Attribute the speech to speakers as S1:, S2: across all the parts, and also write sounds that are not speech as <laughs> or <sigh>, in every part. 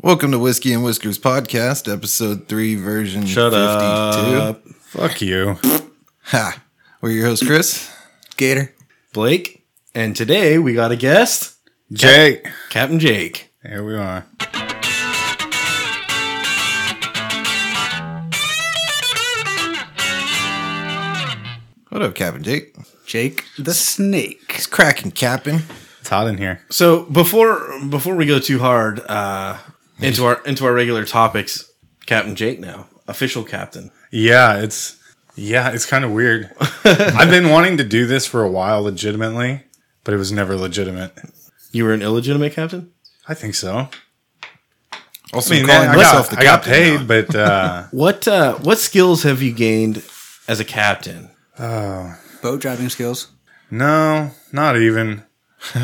S1: Welcome to Whiskey and Whiskers podcast, episode three, version
S2: Shut
S1: 52.
S2: up. Fuck you.
S1: Ha. We're your host, Chris Gator.
S2: Blake. And today we got a guest,
S3: Jake.
S2: Captain Jake.
S3: Here we are.
S1: What up, Captain Jake?
S2: Jake the Snake.
S1: It's cracking, Captain.
S3: It's hot in here.
S2: So before before we go too hard uh, into our into our regular topics, Captain Jake now official captain.
S3: Yeah, it's yeah, it's kind of
S1: <laughs>
S3: weird. I've been wanting to do this for a while legitimately, but it was never legitimate.
S2: You were an illegitimate captain.
S3: I think so.
S1: Also,
S3: I mean,
S1: calling
S3: man, I,
S1: myself
S3: got,
S1: the
S3: I got
S1: captain.
S3: paid,
S1: now. <laughs>
S3: but uh,
S2: What uh, what skills have you gained as a captain?
S4: boat driving skills.
S3: no, not even.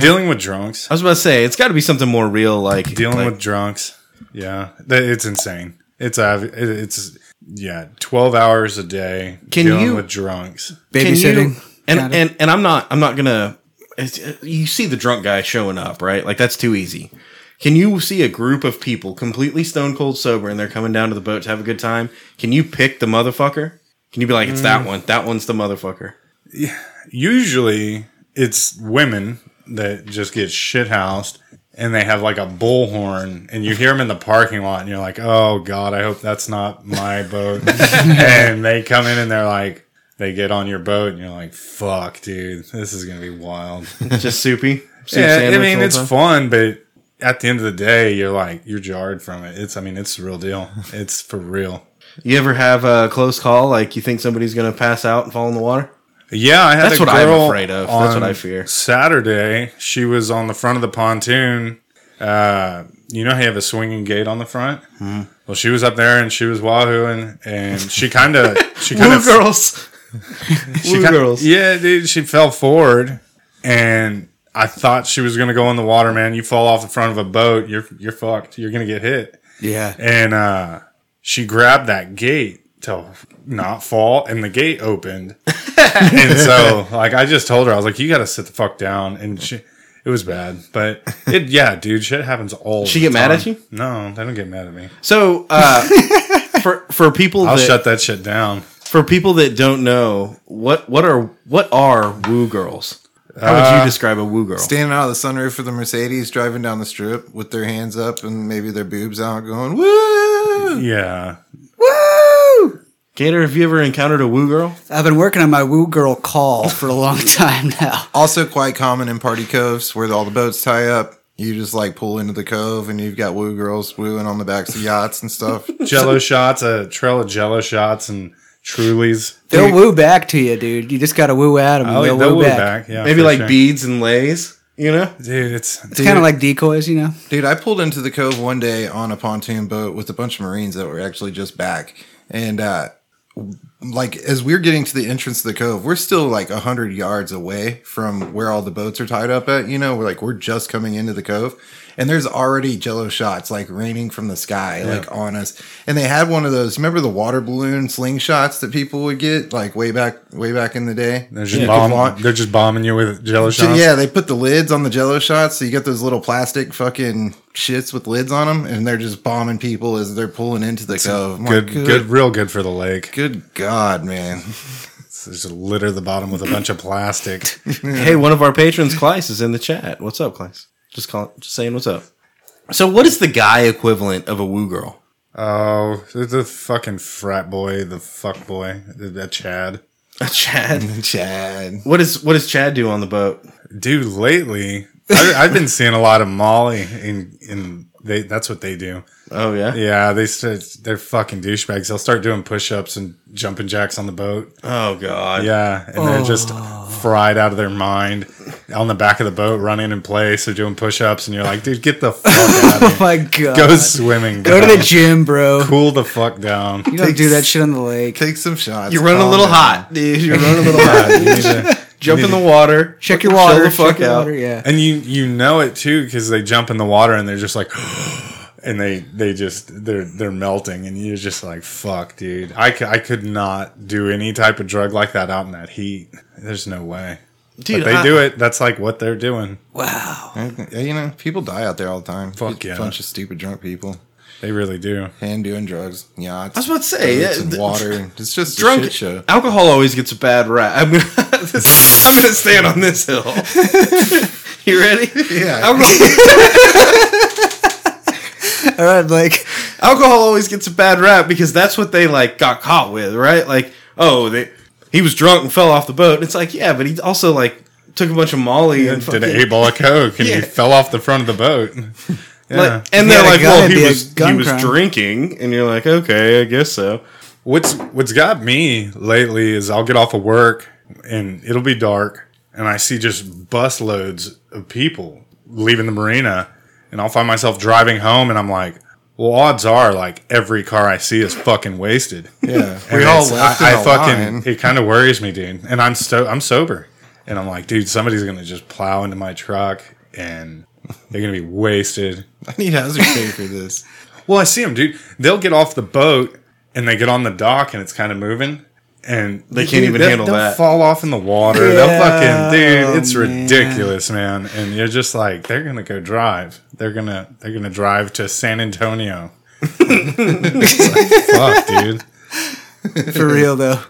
S3: Dealing
S1: <laughs>
S3: with drunks.
S2: I was about to say it's got to be something more real, like
S3: Dealing
S2: like-
S3: with drunks. Yeah, Th- it's insane. It's av- it- it's yeah, 12 hours a day
S2: Can
S3: dealing
S2: you-
S3: with drunks.
S2: Can you-
S4: Babysitting.
S2: and
S4: kinda.
S2: and and I'm not I'm not gonna. it's- You see the drunk guy showing up, right? Like that's too easy. Can you see a group of people completely stone cold sober and they're coming down to the boat to have a good time? Can you pick the motherfucker? Can you be like, it's
S3: Mm.
S2: that one? That one's the motherfucker.
S3: usually it's women that just get shithoused and they have like a bullhorn and you hear them in the parking lot and you're like oh god i hope that's not my boat and they come in and they're like they get on your boat and you're like fuck dude this is gonna be wild
S2: It's Just
S3: <laughs>
S2: soupy. soup
S3: yeah, i
S2: sandwich
S3: mean
S2: all
S3: it's
S2: the time?
S3: fun but at the end of the day you're like you're jarred from it it's i mean it's the real deal it's for real
S2: You ever have a close call? Like you think somebody's gonna pass out and fall in the
S3: <laughs>
S2: water?
S3: Yeah, I had
S2: That's
S3: a
S2: what
S3: girl
S2: I'm afraid of. That's what
S3: on
S2: I fear.
S3: Saturday, she was on the front of the pontoon. Uh, you know how you have a swinging gate on the front.
S2: Hmm.
S3: Well, she was up there and she was wahooing, and she kind
S2: <laughs>
S3: of she kind of
S2: girls. Woo girls.
S3: Yeah, dude, she fell forward, and I thought she was gonna go in the water. Man, you fall off the front of a boat, you're you're fucked. You're gonna get hit
S4: yeah.
S3: and uh, she grabbed that gate to not fall, and the
S2: <laughs>
S3: gate opened. and so, like, I just told her, I was like, "You got to sit the fuck down." And she, it was bad, but it, yeah, dude, shit happens all.
S2: She
S3: the
S2: get mad
S3: time.
S2: at you?
S3: No, they don't get mad at me.
S2: So uh, <laughs> for for people
S3: I'll
S2: that
S3: shut that shit down.
S2: for people that don't know, what what are what are woo girls? How would you describe a woo girl?
S1: Standing out of the sunroof of the Mercedes, driving down the strip with their hands up and maybe their boobs out, going, woo!
S3: Yeah,
S4: Woo!
S2: Gator, have you ever encountered a woo girl?
S4: I've been working on my woo girl call for
S2: <laughs>
S4: a long time now.
S1: Also, quite common in party coves where all the boats tie up. You just like pull into the cove and you've got woo girls wooing on the backs of yachts and stuff.
S3: Jello shots, a trail of Jello shots, and Trulies.
S4: They'll woo back to you, dude. You just gotta woo at them.
S3: Oh,
S4: they'll,
S3: they'll
S4: woo,
S3: woo
S4: back.
S3: Yeah,
S2: Maybe
S3: for
S2: like
S3: sure.
S2: beads and lays, you know?
S3: Dude, it's
S4: It's kind of like decoys, you know. <laughs>
S1: Dude, I pulled into the cove one day on a pontoon boat with a bunch of Marines that were actually just back. And, uh, like, as we're getting to the entrance of the cove, we're still like 100 yards away from where all the boats are tied up at. You know, we're like, we're just coming into the cove. And there's already jello shots like raining from the sky, like on us. And they had one of those, remember the water balloon slingshots that people would get like way back, way back in the day?
S3: they're just
S1: You could launch-
S3: bomb, They're just bombing you with Jello
S1: so,
S3: shots.
S1: yeah, they put the lids on the jello shots, so you get those little plastic fucking shits with lids on them, and they're just bombing people as they're pulling into the cove. I'm
S3: good,
S1: like,
S3: good, real good for the lake.
S1: good God, man. <laughs>
S3: Just litter the bottom with a bunch of plastic.
S4: <laughs>
S2: Hey, one of our patrons, Kleiss, is in the chat. What's up, Kleiss? Just call, just saying what's up. So, what is the guy equivalent of a woo girl?
S3: Oh, the fucking frat boy, the fuck boy, that Chad.
S2: A Chad.
S1: Chad.
S2: What is what does Chad do on the boat?
S3: Dude, lately I, I've been seeing a lot of Molly, and and they that's what they do.
S2: Oh yeah.
S3: Yeah, they start, they're fucking douchebags. They'll start doing push ups and jumping jacks on the boat.
S2: Oh god.
S3: Yeah, and they're just
S4: Oh.
S3: fried out of their mind on the back of the boat, running in place or doing push ups, and you're like, dude, get the fuck out of
S4: Oh
S3: here.
S4: my god. <laughs>
S3: Go swimming.
S4: Go to
S3: bro.
S4: the
S2: <laughs>
S4: gym, bro.
S3: cool the fuck down.
S4: You don't do that shit on the lake.
S1: Take some shots.
S2: You're running a
S1: Calm
S2: little
S1: down.
S2: hot, dude. You're running a little hot.
S3: God, <laughs> you need to-
S2: Jump in the water.
S4: Check your
S2: Chill
S4: water.
S2: the fuck
S4: check your
S2: out.
S4: water, yeah.
S3: and you you know it too because they jump in the water and they're just like <gasps> and they they just they're they're melting and you're just like fuck dude I, cou- I could not do any type of drug like that out in that heat there's no way
S2: Dude,
S3: But they
S2: I-
S3: do it. That's like what they're doing.
S4: Wow.
S1: Yeah, you know, people die out there all the time.
S3: Fuck
S1: Just
S3: yeah.
S1: A bunch of stupid drunk people.
S3: They really do.
S1: And doing drugs, yachts.
S2: I was about to say,
S1: boats
S2: yeah,
S1: and
S2: th-
S1: water. It's just a
S2: drunk
S1: shit
S2: <laughs>
S1: show.
S2: alcohol always gets a bad rap. I'm gonna, <laughs> I'm gonna stand on this hill. <laughs> you ready?
S1: Yeah.
S2: Alcohol,
S4: All right, Blake. <laughs>
S2: alcohol always gets a bad rap because that's what they like got caught with, right? Like, oh, they he was drunk and fell off the boat. It's like, yeah, but he also like took a bunch of Molly and
S3: Did
S2: fucking,
S3: an eight ball of coke and
S2: <laughs> Yeah.
S3: he fell off the front of the boat. Yeah.
S2: like, and
S4: If he
S2: they're
S4: had a
S2: like,
S4: gun,
S2: well,
S4: it'd be
S2: he
S4: a
S2: was he
S4: gun
S2: was
S4: crime.
S2: drinking, and you're like, okay, I guess so.
S3: What's what's got me lately is I'll get off of work and it'll be dark and I see just busloads of people leaving the marina and I'll find myself driving home and I'm like, well, odds are like every car I see is fucking wasted.
S1: <laughs> Yeah.
S3: And
S1: we all
S3: it's-
S1: left
S3: I,
S1: in
S3: I
S1: a
S3: fucking
S1: line. <laughs>
S3: it kind of worries me, dude. And I'm so I'm sober and I'm like, dude, somebody's gonna just plow into my truck and they're gonna be wasted.
S1: I need hazard pay for this.
S3: Well, I see them, dude. They'll get off the boat and they get on the dock and it's kind of moving. And
S2: They can't even
S3: they'll-
S2: handle
S3: they'll
S2: that. Oh,
S3: fall off in the water. They'll fucking
S4: Yeah,
S3: dude, it's
S4: man.
S3: ridiculous, man. And you're just like, they're gonna go drive. They're gonna they're gonna drive to San Antonio. <laughs> It's like, fuck, dude.
S4: For real though.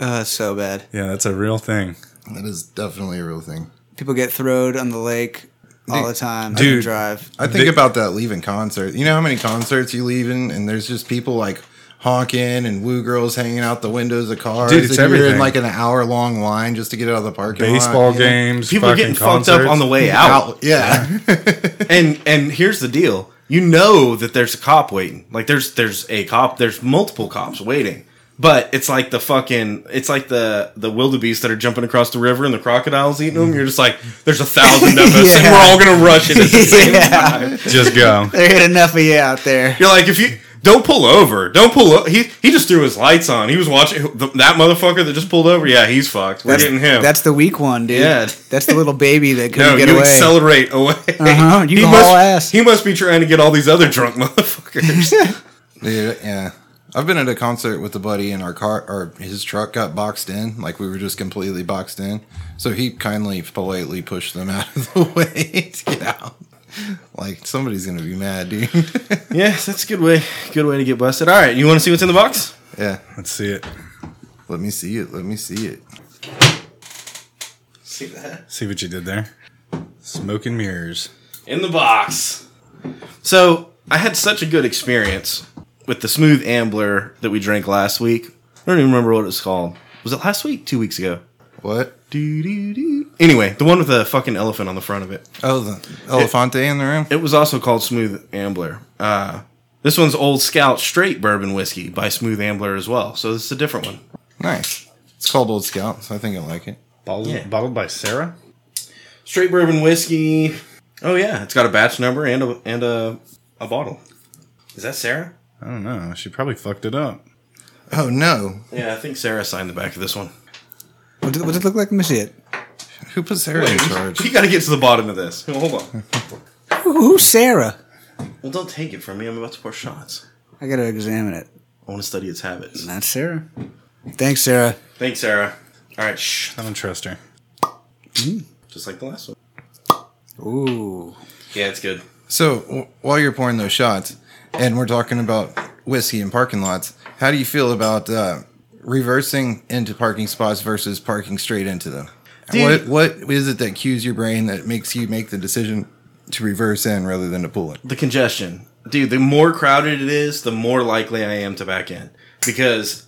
S4: Uh, so bad.
S3: Yeah, that's a real thing.
S1: That is definitely a real thing.
S4: People get throwed on the lake all the time.
S3: Dude.
S4: Dude, drive. <laughs>
S1: I think
S3: They-
S1: about that leaving concert. You know how many concerts you leave in, and there's just people like honking and woo girls hanging out the windows of cars.
S3: Dude, it's
S1: and you're in
S3: everything.
S1: like an hour long line just to get out of the parking
S3: Baseball
S1: lot.
S3: games,
S2: People are getting fucked up on the way out.
S3: <laughs>
S1: Out. Yeah.
S2: and and here's the deal you know that there's a cop waiting like there's there's a cop there's multiple cops waiting but it's like the fucking it's like the the wildebeest that are jumping across the river and the crocodiles eating them you're just like there's a thousand of us and
S4: Yeah.
S2: we're all gonna rush it at the same
S4: <laughs> Yeah.
S2: time
S3: Just go.
S4: They had enough of you out there.
S2: you're like if you don't pull over don't pull o- he he just threw his lights on he was watching the, that motherfucker that just pulled over yeah he's fucked we're
S4: That's,
S2: getting him
S4: that's the weak one, dude.
S2: Yeah.
S4: That's the little baby that couldn't
S2: no,
S4: get
S2: you
S4: away.
S2: accelerate away.
S4: Uh-huh, you
S2: he
S4: can
S2: must,
S4: haul ass.
S2: He must be trying to get all these other drunk <laughs> motherfuckers.
S1: Dude, yeah. I've been at a concert with a buddy and our car or his truck got boxed in, like we were just completely boxed in. So he kindly politely pushed them <laughs> out of the way to get out. Like somebody's gonna be mad, dude. <laughs>
S2: Yeah, that's a good way. Good way to get busted. All right, you want to see what's in the box?
S1: yeah.
S3: Let's see it.
S1: Let me see it. Let me see it.
S2: See that
S3: See what you did there. Smoke and mirrors.
S2: in the box. So I had such a good experience with the smooth ambler that we drank last week. I don't even remember what it was called. Was it last week? Two weeks ago?
S1: What?
S2: Do do do. Anyway, the one with the fucking elephant on the front of it.
S1: Oh, the Elefante in the room.
S2: It was also called Smooth Ambler. Uh, this one's Old Scout Straight Bourbon Whiskey by Smooth Ambler as well. So this is a different one.
S1: Nice. It's called Old Scout, so I think I like it.
S3: Bottled,
S2: Yeah.
S3: bottled by Sarah.
S2: Straight bourbon whiskey. Oh yeah, it's got a batch number and a and a a bottle. Is that Sarah?
S3: I don't know. She probably fucked it up.
S1: Oh no!
S2: Yeah, I think Sarah signed the back of this one.
S4: What did, what did it look like? Let me see it.
S1: Who put Sarah
S2: <laughs>
S1: in charge?
S2: You got to get to the bottom of this. Well, hold on.
S4: Who's Sarah?
S2: Well, don't take it from me. I'm about to pour shots.
S4: I gotta examine it.
S2: I want to study its habits.
S4: That's Sarah. Thanks, Sarah.
S2: Thanks, Sarah. All right, shh.
S3: I don't trust her.
S2: Just like the last one.
S4: Ooh.
S2: Yeah, it's good.
S1: So w- while you're pouring those shots, and we're talking about whiskey and parking lots, how do you feel about uh, reversing into parking spots versus parking straight into them?
S2: Dude.
S1: What what is it that cues your brain that makes you make the decision to reverse in rather than to pull it?
S2: the congestion. Dude, the more crowded it is, the more likely I am to back in. Because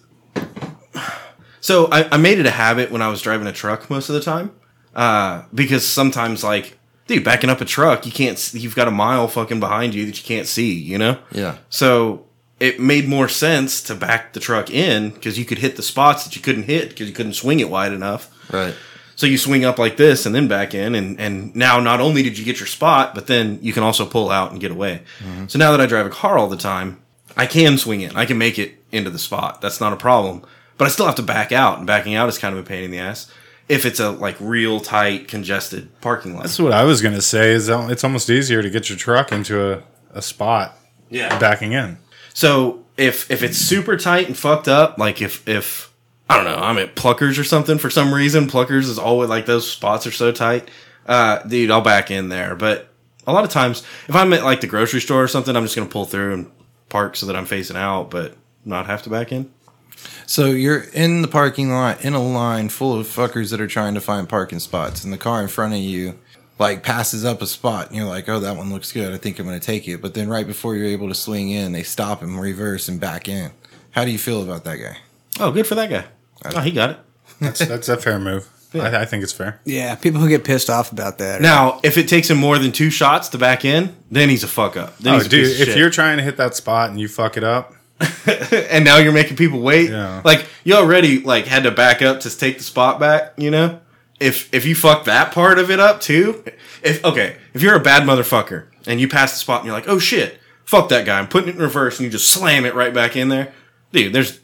S2: so I, I made it a habit when I was driving a truck most of the time. Uh, because sometimes like dude, backing up a truck, you can't s- you've got a mile fucking behind you that you can't see, you know?
S1: Yeah.
S2: So it made more sense to back the truck in because you could hit the spots that you couldn't hit because you couldn't swing it wide enough.
S1: Right.
S2: So you swing up like this and then back in, and and now not only did you get your spot, but then you can also pull out and get away. So now that I drive a car all the time, I can swing in. I can make it into the spot. That's not a problem. But I still have to back out, and backing out is kind of a pain in the ass if it's a like real tight congested parking lot.
S3: That's what I was gonna say. Is al- it's almost easier to get your truck into a, a spot
S2: Yeah.
S3: backing in.
S2: So if if it's super tight and fucked up, like if if I don't know, I'm at Pluckers or something for some reason. Pluckers is always like those spots are so tight. Uh, dude, I'll back in there. But a lot of times, if I'm at like the grocery store or something, I'm just going to pull through and park so that I'm facing out, but not have to back in.
S1: So you're in the parking lot in a line full of fuckers that are trying to find parking spots, and the car in front of you like passes up a spot, and you're like, "Oh, that one looks good. I think I'm going to take it." But then right before you're able to swing in, they stop and reverse and back in. How do you feel about that guy?
S2: Oh, good for that guy. Oh, he got it.
S3: That's that's a fair move. I, I think it's fair.
S4: Yeah, people who get pissed off about that. are-
S2: Now, if it takes him more than two shots to back in, then he's a fuck up. Then
S3: Oh,
S2: he's a
S3: dude,
S2: piece of
S3: if
S2: shit.
S3: you're trying to hit that spot and you fuck it up,
S2: and now you're making people wait.
S3: Yeah.
S2: Like you already like had to back up to take the spot back. You know, if if you fuck that part of it up too, if okay, if you're a bad motherfucker and you pass the spot and you're like, oh shit, fuck that guy, I'm putting it in reverse, and you just slam it right back in there, dude. There's,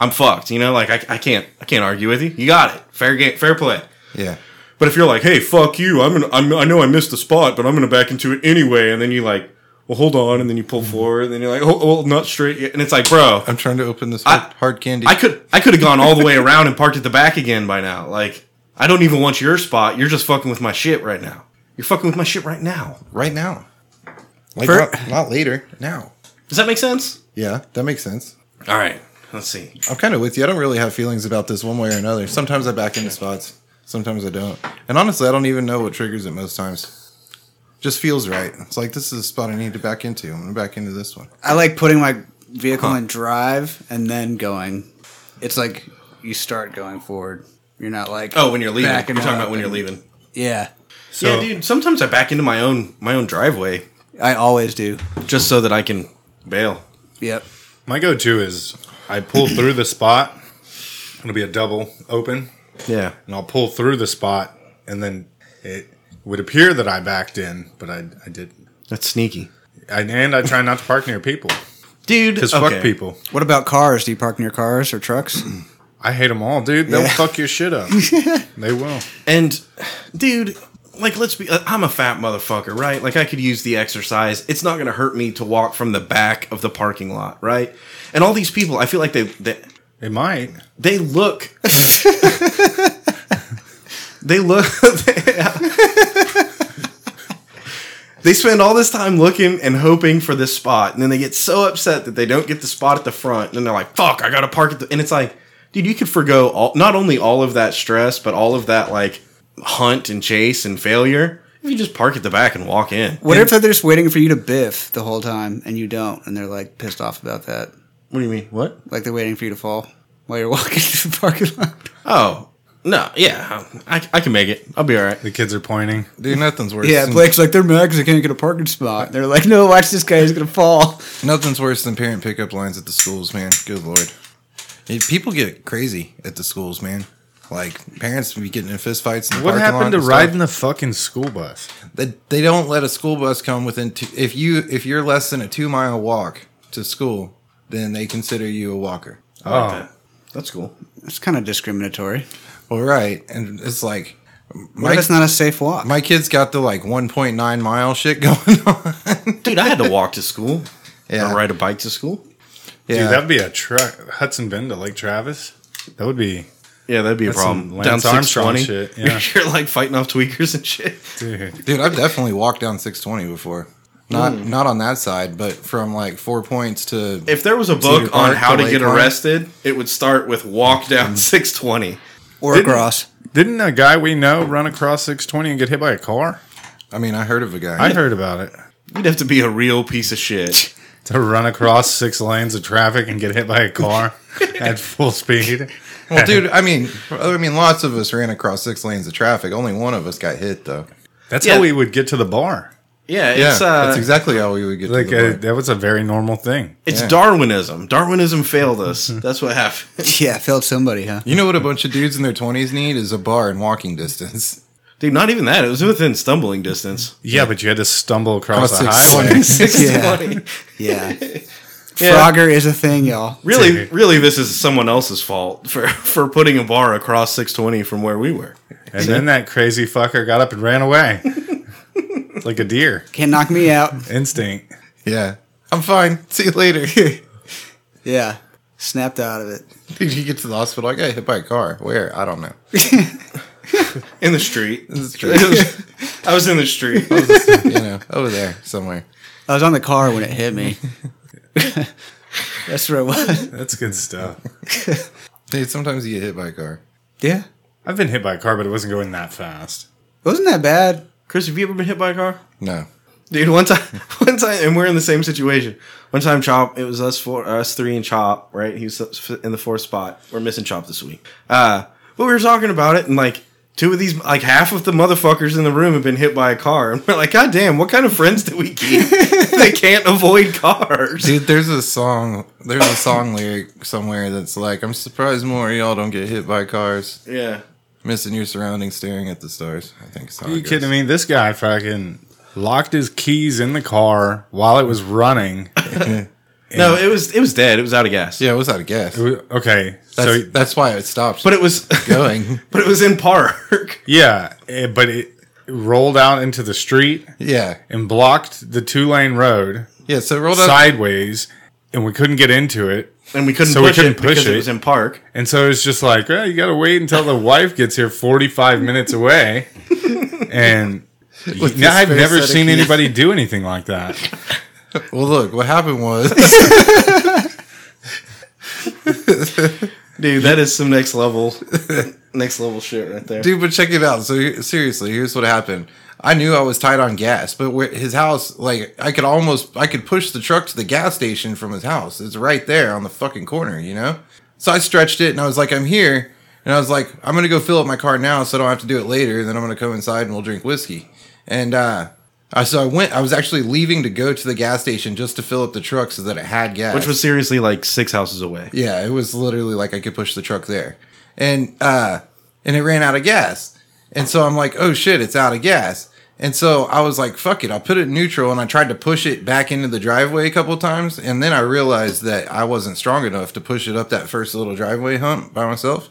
S2: I'm fucked. You know, like I, I can't I can't argue with you. You got it. Fair game. Fair play.
S1: Yeah.
S2: But if you're like, hey, fuck you, I'm gonna, I'm, I know I missed the spot, but I'm gonna back into it anyway, and then you like, well, hold on, and then you pull forward, and then you're like, oh, well, not straight, yet. and it's like, bro,
S1: I'm trying to open this hard,
S2: I-
S1: hard candy.
S2: I could I could have gone all the way around and parked at the back again by now. Like I don't even want your spot. You're just fucking with my shit right now. You're fucking with my shit right now.
S1: right now. Like
S4: For-
S1: not, not later, now.
S2: Does that make sense?
S1: Yeah, that makes sense.
S2: All right. Let's see.
S1: I'm kind of with you. I don't really have feelings about this one way or another. Sometimes I back into spots, sometimes I don't. And honestly, I don't even know what triggers it most times. Just feels right. It's like this is a spot I need to back into. I'm gonna back into this one.
S4: I like putting my vehicle in drive and then going. It's like you start going forward. You're not like
S2: Oh, when you're leaving.
S4: backing
S2: You're talking
S4: up
S2: about when you're
S4: and-
S2: leaving.
S4: Yeah,
S2: yeah, dude. Sometimes I back into my own my own driveway
S4: I always do.
S2: just so that I can bail.
S4: Yep.
S3: my go-to is I pull through the spot. It'll be a double open,
S2: Yeah.
S3: and I'll pull through the spot, and then it would appear that I backed in, but I I didn't.
S2: That's sneaky.
S3: I, and I try not to park near people
S2: Dude,
S3: because
S2: okay.
S3: fuck people.
S4: What about cars? Do you park in your cars or
S2: <clears throat>
S4: trucks?
S3: I hate them all, dude. They'll
S4: Yeah.
S3: fuck your shit up. they will.
S2: And, dude, like, let's be, uh, I'm a fat motherfucker, right? Like, I could use the exercise. It's not going to hurt me to walk from the back of the parking lot, right? And all these people, I feel like they, they,
S3: It might.
S2: they look. <laughs> they look. <laughs> they spend all this time looking and hoping for this spot, and then they get so upset that they don't get the spot at the front, and then they're like, "Fuck, I gotta park at the." And it's like, dude, you could forego all, not only all of that stress, but all of that like hunt and chase and failure if you just park at the back and walk in.
S4: What if they're just waiting for you to biff the whole time and you don't, and they're like pissed off about that?
S2: What do you mean? What?
S4: Like they're waiting for you to fall while you're <laughs> walking to the parking lot.
S2: Oh. No, yeah, I, I can make it. I'll be all right.
S3: The kids are pointing.
S1: Dude, nothing's worse.
S4: Yeah,
S1: than,
S4: Blake's like they're mad because they can't get a parking spot. They're like, no, watch this guy, he's gonna fall.
S1: nothing's worse than parent pickup lines at the schools, man. Good lord, Hey, people get crazy at the schools, man. Like parents be getting in fistfights. in the
S3: What
S1: parking lot
S3: happened to
S1: and stuff.
S3: riding the fucking school bus?
S1: that they don't let a school bus come within two, if you if you're less than a two mile walk to school then they consider you a walker
S3: Oh,
S2: That's cool.
S4: It's kind of discriminatory.
S1: all right and it's like
S4: What
S1: my,
S4: if it's not a safe walk?
S1: my kids got the like 1.9 mile shit <laughs> going on
S2: Dude, I had to walk to school
S1: Yeah.
S2: or ride a bike to school.
S1: yeah
S3: dude, that'd be a truck. Hudson Bend to Lake Travis. That would be
S2: Yeah, that'd be a
S3: That's
S2: problem.
S3: some Lance
S2: <laughs>
S3: Armstrong
S2: 620,
S3: shit,
S2: You're like fighting off tweakers and shit.
S3: dude.
S1: dude i've definitely walked down 620 before not
S4: Hmm.
S1: not on that side but from like four points to
S2: If there was a
S1: Cedar
S2: book
S1: Park
S2: on how
S1: to
S2: to get
S1: Lake Line.
S2: arrested, it would start with walk down 620.
S4: or
S3: Didn't-
S4: across?
S3: Didn't a guy we know run across 620 and get hit by a car?
S1: i mean i heard of a guy
S3: I heard about it.
S2: You'd have to be a real piece of shit.
S3: To run across six lanes of traffic and get hit by a <laughs> car at full speed. <laughs>
S1: well dude i mean i mean lots of us ran across six lanes of traffic only one of us got hit though
S3: That's
S2: Yeah.
S3: how we would get to the bar.
S2: <laughs> Yeah,
S1: yeah
S2: it's uh,
S1: that's exactly how we would get
S3: Like
S1: to the
S3: uh
S1: bar.
S3: that was a very normal thing.
S2: it's
S1: yeah.
S2: Darwinism. Darwinism failed <laughs> us. That's what happened.
S4: <laughs> Yeah, failed somebody, <laughs> huh?
S1: You know what a bunch of dudes in their 20s need is a bar in walking distance. <laughs>
S2: Dude, not even that. It was within stumbling <laughs> distance.
S3: Yeah, but you had to stumble across
S1: Across
S3: the
S1: 620.
S3: highway.
S2: <laughs> 620.
S4: Yeah.
S2: Yeah.
S4: Frogger is a thing, y'all.
S2: Really,
S3: Dude.
S2: really, this is someone else's fault for, <laughs> for putting a bar across 620 from where we were.
S3: <laughs> And then that crazy fucker got up and ran <laughs> away. like a deer.
S4: Can't knock <laughs> me out.
S3: Instinct.
S1: <laughs> Yeah. I'm fine. See you later.
S4: Yeah. Snapped out of it.
S1: Did you get to the hospital? I got hit by a car. Where? I don't know.
S2: in the street.
S1: It's true. you
S2: <laughs> I was in the
S1: <laughs>
S2: street. <laughs>
S3: <laughs>
S1: know, over there somewhere.
S4: I was on the car when it hit <laughs> me. That's where it was.
S3: That's good stuff.
S1: Dude, sometimes you get hit by a car.
S4: Yeah.
S3: I've been hit by a car, but it wasn't going that fast.
S4: It wasn't that bad.
S2: Chris, have you ever been hit by a car?
S1: No.
S2: Dude, one time, <laughs> one time, and we're in the same situation. One time, Chop, it was us four, us three, and Chop. Right, he was in the fourth spot. We're missing Chop this week. Uh, but we were talking about it, and like two of these, like half of the motherfuckers in the room have been hit by a car, and we're like, God damn, what kind of friends do we
S3: <laughs>
S2: keep that can't avoid cars?
S1: Dude, there's a song. There's a song lyric somewhere that's like, "I'm surprised more of y'all don't get hit by cars,
S2: Yeah,
S1: missing your surroundings, staring at the stars." I think.
S3: Are you kidding me? This guy fucking locked his keys in the car while it was running.
S2: no, it was it was dead. It was out of gas.
S1: Yeah, it was out of gas.
S3: It
S1: That's,
S3: was- okay, so
S1: that's why it stopped.
S2: but it was
S1: going.
S2: <laughs>
S1: <laughs>
S2: but it was in park.
S3: yeah, eh, but it rolled out into the street
S1: Yeah,
S3: and blocked the two lane road
S1: yeah. So it rolled out.
S3: sideways, and we couldn't get into it.
S2: And we couldn't
S3: So we
S2: push
S3: couldn't
S2: it because
S3: push
S2: it
S3: it.
S2: was in park.
S3: And so it's just like, eh, you got to wait until the wife gets here 45 minutes away. And
S1: this
S3: now I've
S1: spare
S3: never
S1: set of
S3: seen
S1: keys.
S3: anybody do anything
S1: <laughs>
S3: like that.
S1: Well, look, what happened was
S2: Dude, that is some next level, <laughs> next level shit right there.
S1: Dude, but check it out. So here- seriously, here's what happened. I knew I was tight on gas, but where his house, like I could almost, I could push the truck to the gas station from his house. It's right there on the fucking corner, you know. So I stretched it, and I was like, I'm here, and I was like, I'm gonna go fill up my car now, so I don't have to do it later. And then I'm gonna come inside and we'll drink whiskey. And uh, I so I went. I was actually leaving to go to the gas station just to fill up the truck so that it had gas,
S2: Which was seriously like six houses away.
S1: yeah, it was literally like I could push the truck there. And uh and it ran out of gas. And so I'm like, "Oh shit, it's out of gas." And so I was like, "Fuck it, I'll put it in neutral." And I tried to push it back into the driveway a couple times, and then I realized that I wasn't strong enough to push it up that first little driveway hump by
S2: <laughs>
S1: myself.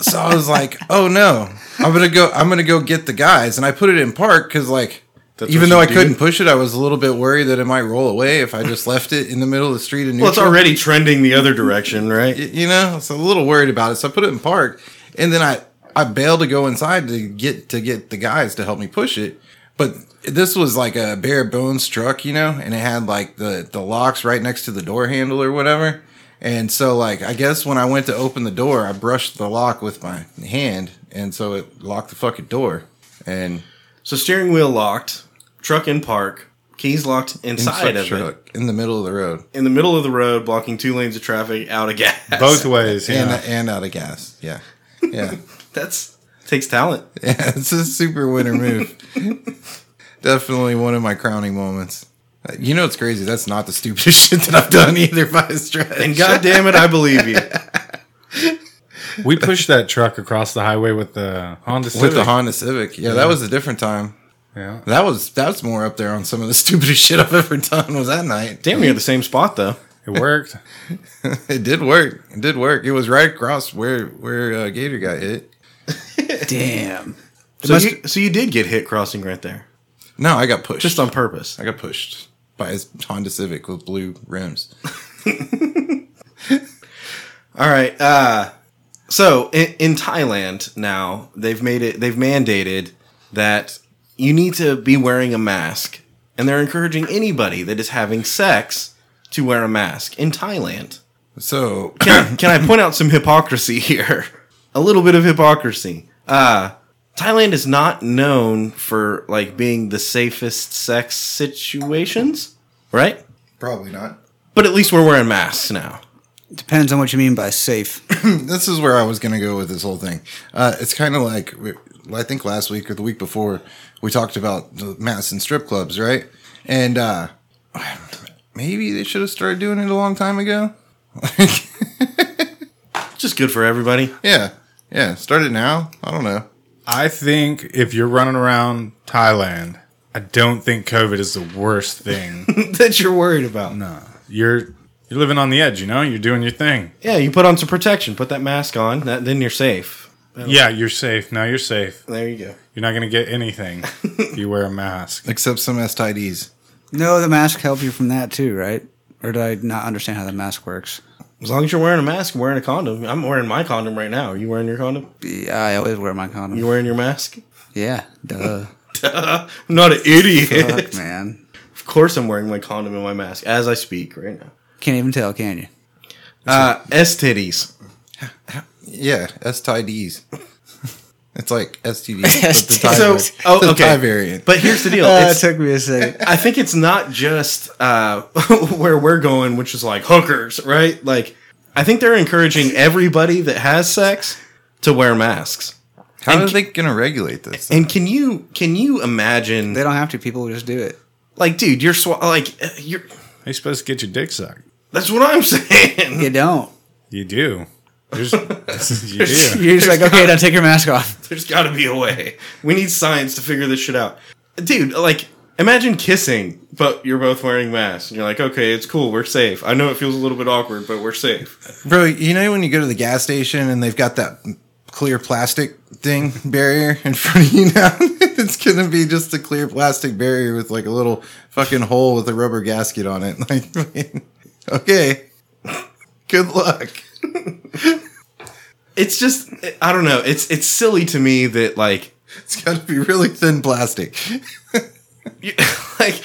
S1: so I was like, "Oh no, I'm gonna go. I'm gonna go get the guys." And I put it in park because, like, even
S2: what
S1: though
S2: you
S1: I
S2: do.
S1: couldn't push it, I was a little bit worried that it might roll away if I just left it in the middle of the street. In neutral.
S2: Well, it's already trending the other direction, right?
S1: Y- you know, I was a little worried about it. So I put it in park and then I, I bailed to go inside to get, to get the guys to help me push it. But this was like a bare bones truck, you know, and it had like the, the locks right next to the door handle or whatever. And so like, I guess when I went to open the door, I brushed the lock with my hand. And so it locked the fucking door and
S2: So steering wheel locked, truck in park, keys locked inside of it,
S1: in the middle of the road
S2: in the middle of the road, blocking two lanes of traffic, out of gas.
S3: Both ways.
S1: and,
S3: Yeah.
S1: and out of gas. Yeah. Yeah.
S2: <laughs> That's takes talent.
S1: Yeah, <laughs> it's a super winner
S2: <laughs>
S1: move. Definitely one of my crowning moments. Uh, You know, it's crazy. That's not the stupidest <laughs> shit that I've done either by a stretch.
S2: And god damn it, I believe <laughs> you.
S3: we pushed that truck across the highway with the Honda Civic.
S1: with the Honda Civic, yeah, that was a different time.
S3: yeah.
S1: That was that's more up there on some of the <laughs> stupidest shit I've ever done. Was that night?
S2: Damn, we had the same spot though.
S3: It worked.
S1: It did work. It did work. It was right across where where uh, Gator got hit.
S4: Damn.
S2: So
S4: must-
S2: you, so you did get hit crossing right there,
S1: No, I got pushed.
S2: just on purpose.
S1: I got pushed by his Honda Civic with blue rims.
S2: All right. Uh, so in, in Thailand now, they've made it. They've mandated that you need to be wearing a mask, and they're encouraging anybody that is having sex to wear a mask in Thailand.
S1: So <coughs>
S2: Can I, can I point out some hypocrisy here? A little bit of hypocrisy. Uh, Thailand is not known for like being the safest sex situations, right?
S1: probably not.
S2: But at least we're wearing masks now.
S4: Depends on what you mean by safe.
S1: this is where I was going to go with this whole thing. Uh, it's kind of like I think last week or the week before we talked about the Madison strip clubs, right? And uh, maybe they should have started doing it a long time ago.
S2: Just good for everybody. <laughs>
S1: yeah, yeah. Start it now. I don't know.
S3: I think if you're running around Thailand, I don't think COVID is the worst <laughs> thing.
S2: that you're worried about.
S3: you're you're living on the edge, you know? You're doing your thing.
S2: Yeah, you put on some protection, put that mask on, that, then you're safe.
S3: Yeah, you're safe. Now you're safe.
S2: There you go.
S3: You're not going to get <laughs> anything if you wear a mask.
S1: Except some STDs.
S4: No, the mask helped you from that too, right? Or did I not understand how the mask works?
S2: As long as you're wearing a mask, and wearing a condom. I'm wearing my condom right now. Are you wearing your condom?
S4: Yeah, I always wear my condom.
S2: You wearing your mask?
S4: yeah, <laughs> duh.
S2: I'm not an idiot.
S4: Fuck, man.
S2: Of course, I'm wearing my condom and my mask as I speak right now.
S4: Can't even tell, can you?
S2: Uh, S titties.
S1: Yeah, STIDs. <laughs> it's like STDs. but the Thai
S2: So,
S1: var-
S2: oh,
S1: the
S2: okay.
S1: Thai variant.
S2: But here's the deal.
S4: Uh, it
S2: It's-
S4: took me a second.
S2: I think it's not just uh, <laughs> where we're going, which is like hookers, right? Like, I think they're encouraging everybody that has sex to wear masks.
S1: How are they going to regulate this?
S2: And can you can you imagine?
S4: <laughs> They don't have to. People just do it.
S2: Like, dude, you're sw- like uh, you're.
S3: How you supposed to get your dick sucked?
S2: That's what I'm <laughs> saying.
S4: You <laughs> don't.
S3: You do. <laughs> There's, you do.
S4: You're just like, okay, now take your mask off.
S2: There's got to be a way. We need science to figure this shit out. Dude, like, imagine kissing, but you're both wearing masks. And you're like, okay, it's cool. We're safe. I know it feels a little bit awkward, but we're safe.
S1: Bro, you know when you go to the gas station and they've got that clear plastic <laughs> thing barrier in front of you now? <laughs> it's going to be just a clear plastic barrier with like a little fucking hole with a rubber gasket on it. <laughs> Like, man, okay. Good luck.
S2: It's just, I don't know. It's it's silly to me that, like,
S1: It's got to be really thin plastic. <laughs>
S2: you, <laughs> like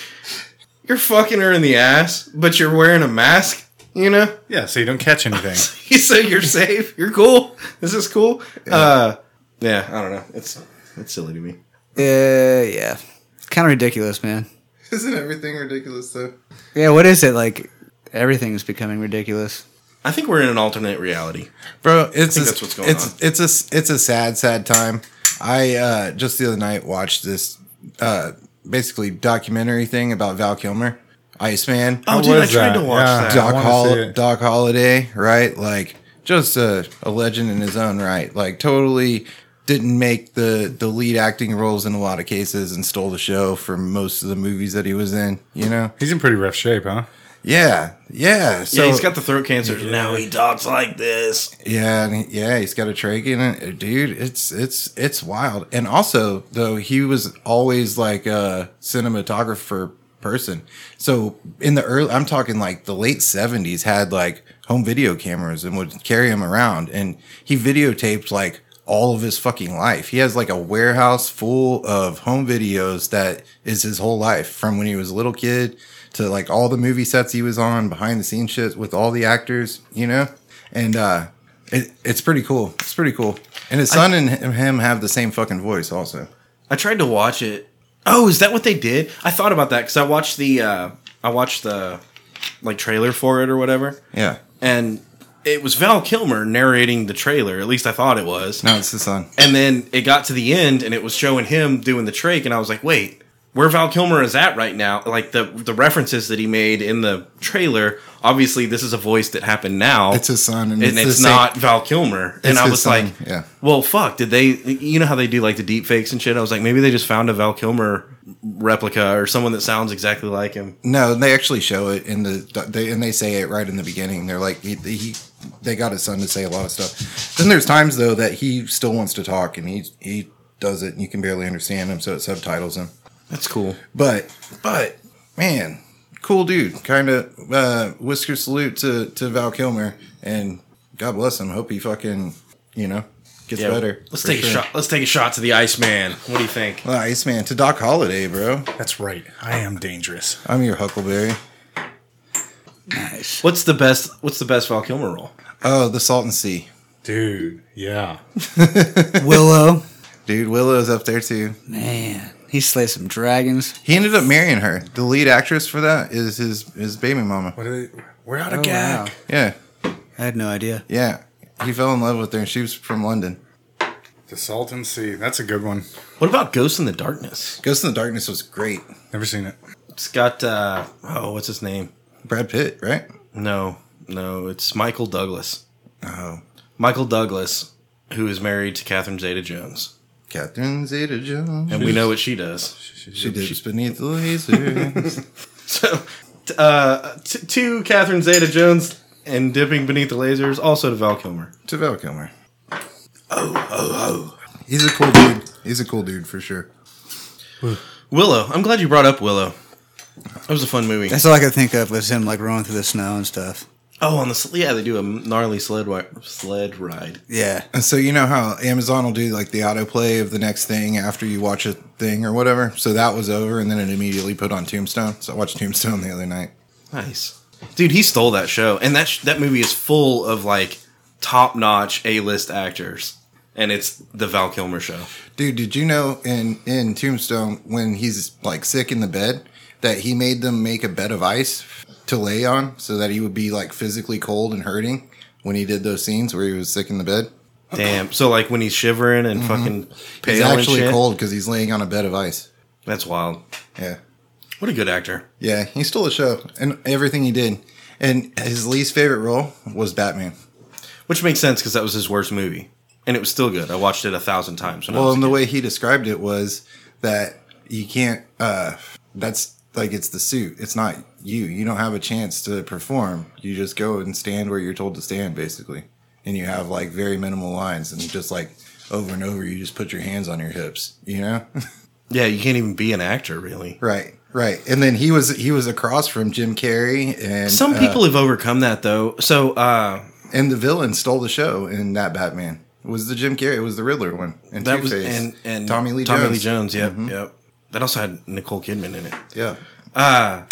S2: you're fucking her in the ass, but you're wearing a mask, you know? <laughs>
S3: Yeah, so you don't catch anything.
S2: so you're safe. You're cool. This is cool. Uh, yeah, I don't know. It's, it's silly to me.
S4: Uh, yeah. It's kind of ridiculous, man.
S1: Isn't everything ridiculous though?
S4: Yeah, what is it? Like, everything's becoming ridiculous.
S2: I think we're in an alternate reality.
S1: Bro, it's a,
S2: that's what's going
S1: it's
S2: on.
S1: it's a s- it's a sad sad time. I uh just the other night watched this uh basically documentary thing about Val Kilmer, Iceman.
S2: Oh, dude, I
S3: was
S2: tried
S3: that?
S2: to watch
S3: Yeah.
S2: that.
S3: I
S1: Doc,
S3: wanna see
S1: Hol-
S3: it.
S1: Doc Holiday, right? Like just a, a legend in his own right. Like totally didn't make the the lead acting roles in a lot of cases and stole the show from most of the movies that he was in. You know?
S3: He's in pretty rough shape, huh?
S1: Yeah, yeah. So
S2: yeah, he's got the throat cancer. Now he talks like this.
S1: Yeah, and he, yeah, he's got a trach in it, dude. It's it's it's wild. And also, though, he was always like a cinematographer person. So in the early, I'm talking like the late '70s, had like home video cameras and would carry him around, and he videotaped like all of his fucking life. He has like a warehouse full of home videos that is his whole life from when he was a little kid to like all the movie sets he was on, behind the scenes shit with all the actors, you know? And uh it, it's pretty cool. It's pretty cool. And his son and him- him have the same fucking voice also.
S2: I tried to watch it. Oh, is that what they did? I thought about that because I watched the uh, I watched the like trailer for it or whatever,
S1: Yeah.
S2: and it was Val Kilmer narrating the trailer. At least I thought it was.
S1: No, it's the son.
S2: And then it got to the end and it was showing him doing the trach, and I was like, wait, where Val Kilmer is at right now, like the the references that he made in the trailer, obviously this is a voice that happened now.
S1: It's his son and,
S2: and it's,
S1: the same-
S2: not Val Kilmer. And
S1: It's
S2: I
S1: his
S2: was
S1: son,
S2: like,
S1: yeah.
S2: well, fuck, did they, you know how they do like the deep fakes and shit? I was like, maybe they just found a Val Kilmer replica or someone that sounds exactly like him.
S1: No, they actually show it in the they and they say it right in the beginning. They're like he, he they got his son to say a lot of stuff. Then there's times though that he still wants to talk and he he does it and you can barely understand him, so it subtitles him.
S2: That's cool.
S1: But but man, cool dude. Kind of uh, whisker salute to to Val Kilmer and God bless him. Hope he fucking you know gets better.
S2: Let's
S1: for
S2: take a
S1: sure.
S2: shot. Let's take a shot to the Iceman. What do you think?
S1: Well, Iceman to Doc Holiday, bro.
S3: That's right. I am dangerous.
S1: I'm your Huckleberry.
S4: <laughs> Nice.
S2: What's the best? What's the best Val Kilmer role?
S1: Oh, the Salton Sea,
S3: Dude, yeah.
S4: Willow.
S1: dude. Willow's up there too.
S4: Man, he slayed some dragons.
S1: He ended up marrying her. The lead actress for that is his his baby mama.
S3: What are they? We're out
S4: Oh,
S3: of
S4: wow.
S3: gag.
S1: Yeah,
S4: I had no idea.
S1: yeah. He fell in love with her, and she was from London.
S3: The Salton Sea. That's a good one.
S2: What about Ghost in the Darkness?
S1: Ghost in the Darkness was great.
S3: Never seen it.
S2: It's got uh oh, what's his name?
S1: Brad Pitt, right?
S2: No, no, it's Michael Douglas.
S1: Oh,
S2: Michael Douglas, who is married to Catherine Zeta Jones.
S1: Catherine Zeta Jones.
S2: And we know what she does.
S1: She dips beneath the laser.
S2: So t- <laughs> uh t- to Catherine Zeta Jones and dipping beneath the lasers, also to Val Kilmer.
S1: <laughs> to Val Kilmer. Oh, oh, oh. He's a cool dude. He's a cool dude for sure.
S2: Willow, I'm glad you brought up Willow. That was a fun movie.
S4: That's all I could think of was him like rolling through the snow and stuff.
S2: oh, on the sl- yeah, they do a gnarly sled wi- sled ride.
S4: Yeah.
S1: And so you know how Amazon will do like the autoplay of the next thing after you watch a thing or whatever. So that was over, and then it immediately put on Tombstone. So I watched Tombstone the other night.
S2: Nice, dude. He stole that show, and that sh- that movie is full of like top notch A list actors, and it's the Val Kilmer show.
S1: Dude, did you know in in Tombstone when he's like sick in the bed that he made them make a bed of ice to lay on so that he would be like physically cold and hurting when he did those scenes where he was sick in the bed.
S2: Damn. So like when he's shivering and fucking pale
S1: He's actually
S2: and shit.
S1: cold because he's laying on a bed of ice.
S2: That's wild.
S1: Yeah.
S2: What a good actor.
S1: Yeah, he stole the show and everything he did. And his least favorite role was Batman.
S2: Which makes sense because that was his worst movie, and it was still good. I watched it a thousand times. When I
S1: Well,
S2: was a
S1: and the
S2: kid.
S1: way he described it was that you can't. uh That's like it's the suit. It's not you. You don't have a chance to perform. You just go and stand where you're told to stand, basically. And you have like very minimal lines, and just like over and over, you just put your hands on your hips. You know, <laughs>
S2: yeah, you can't even be an actor really.
S1: right, right. And then he was he was across from Jim Carrey, and
S2: Some
S1: uh,
S2: people have overcome that though. So uh,
S1: and the villain stole the show in that Batman. It was the Jim Carrey? It was the Riddler one, and
S2: that was
S1: Two-Face.
S2: and, and
S1: Tommy Lee
S2: Tommy
S1: Jones. Mm-hmm.
S2: Lee Jones. Yep, yep. That also had Nicole Kidman in it.
S1: Yeah,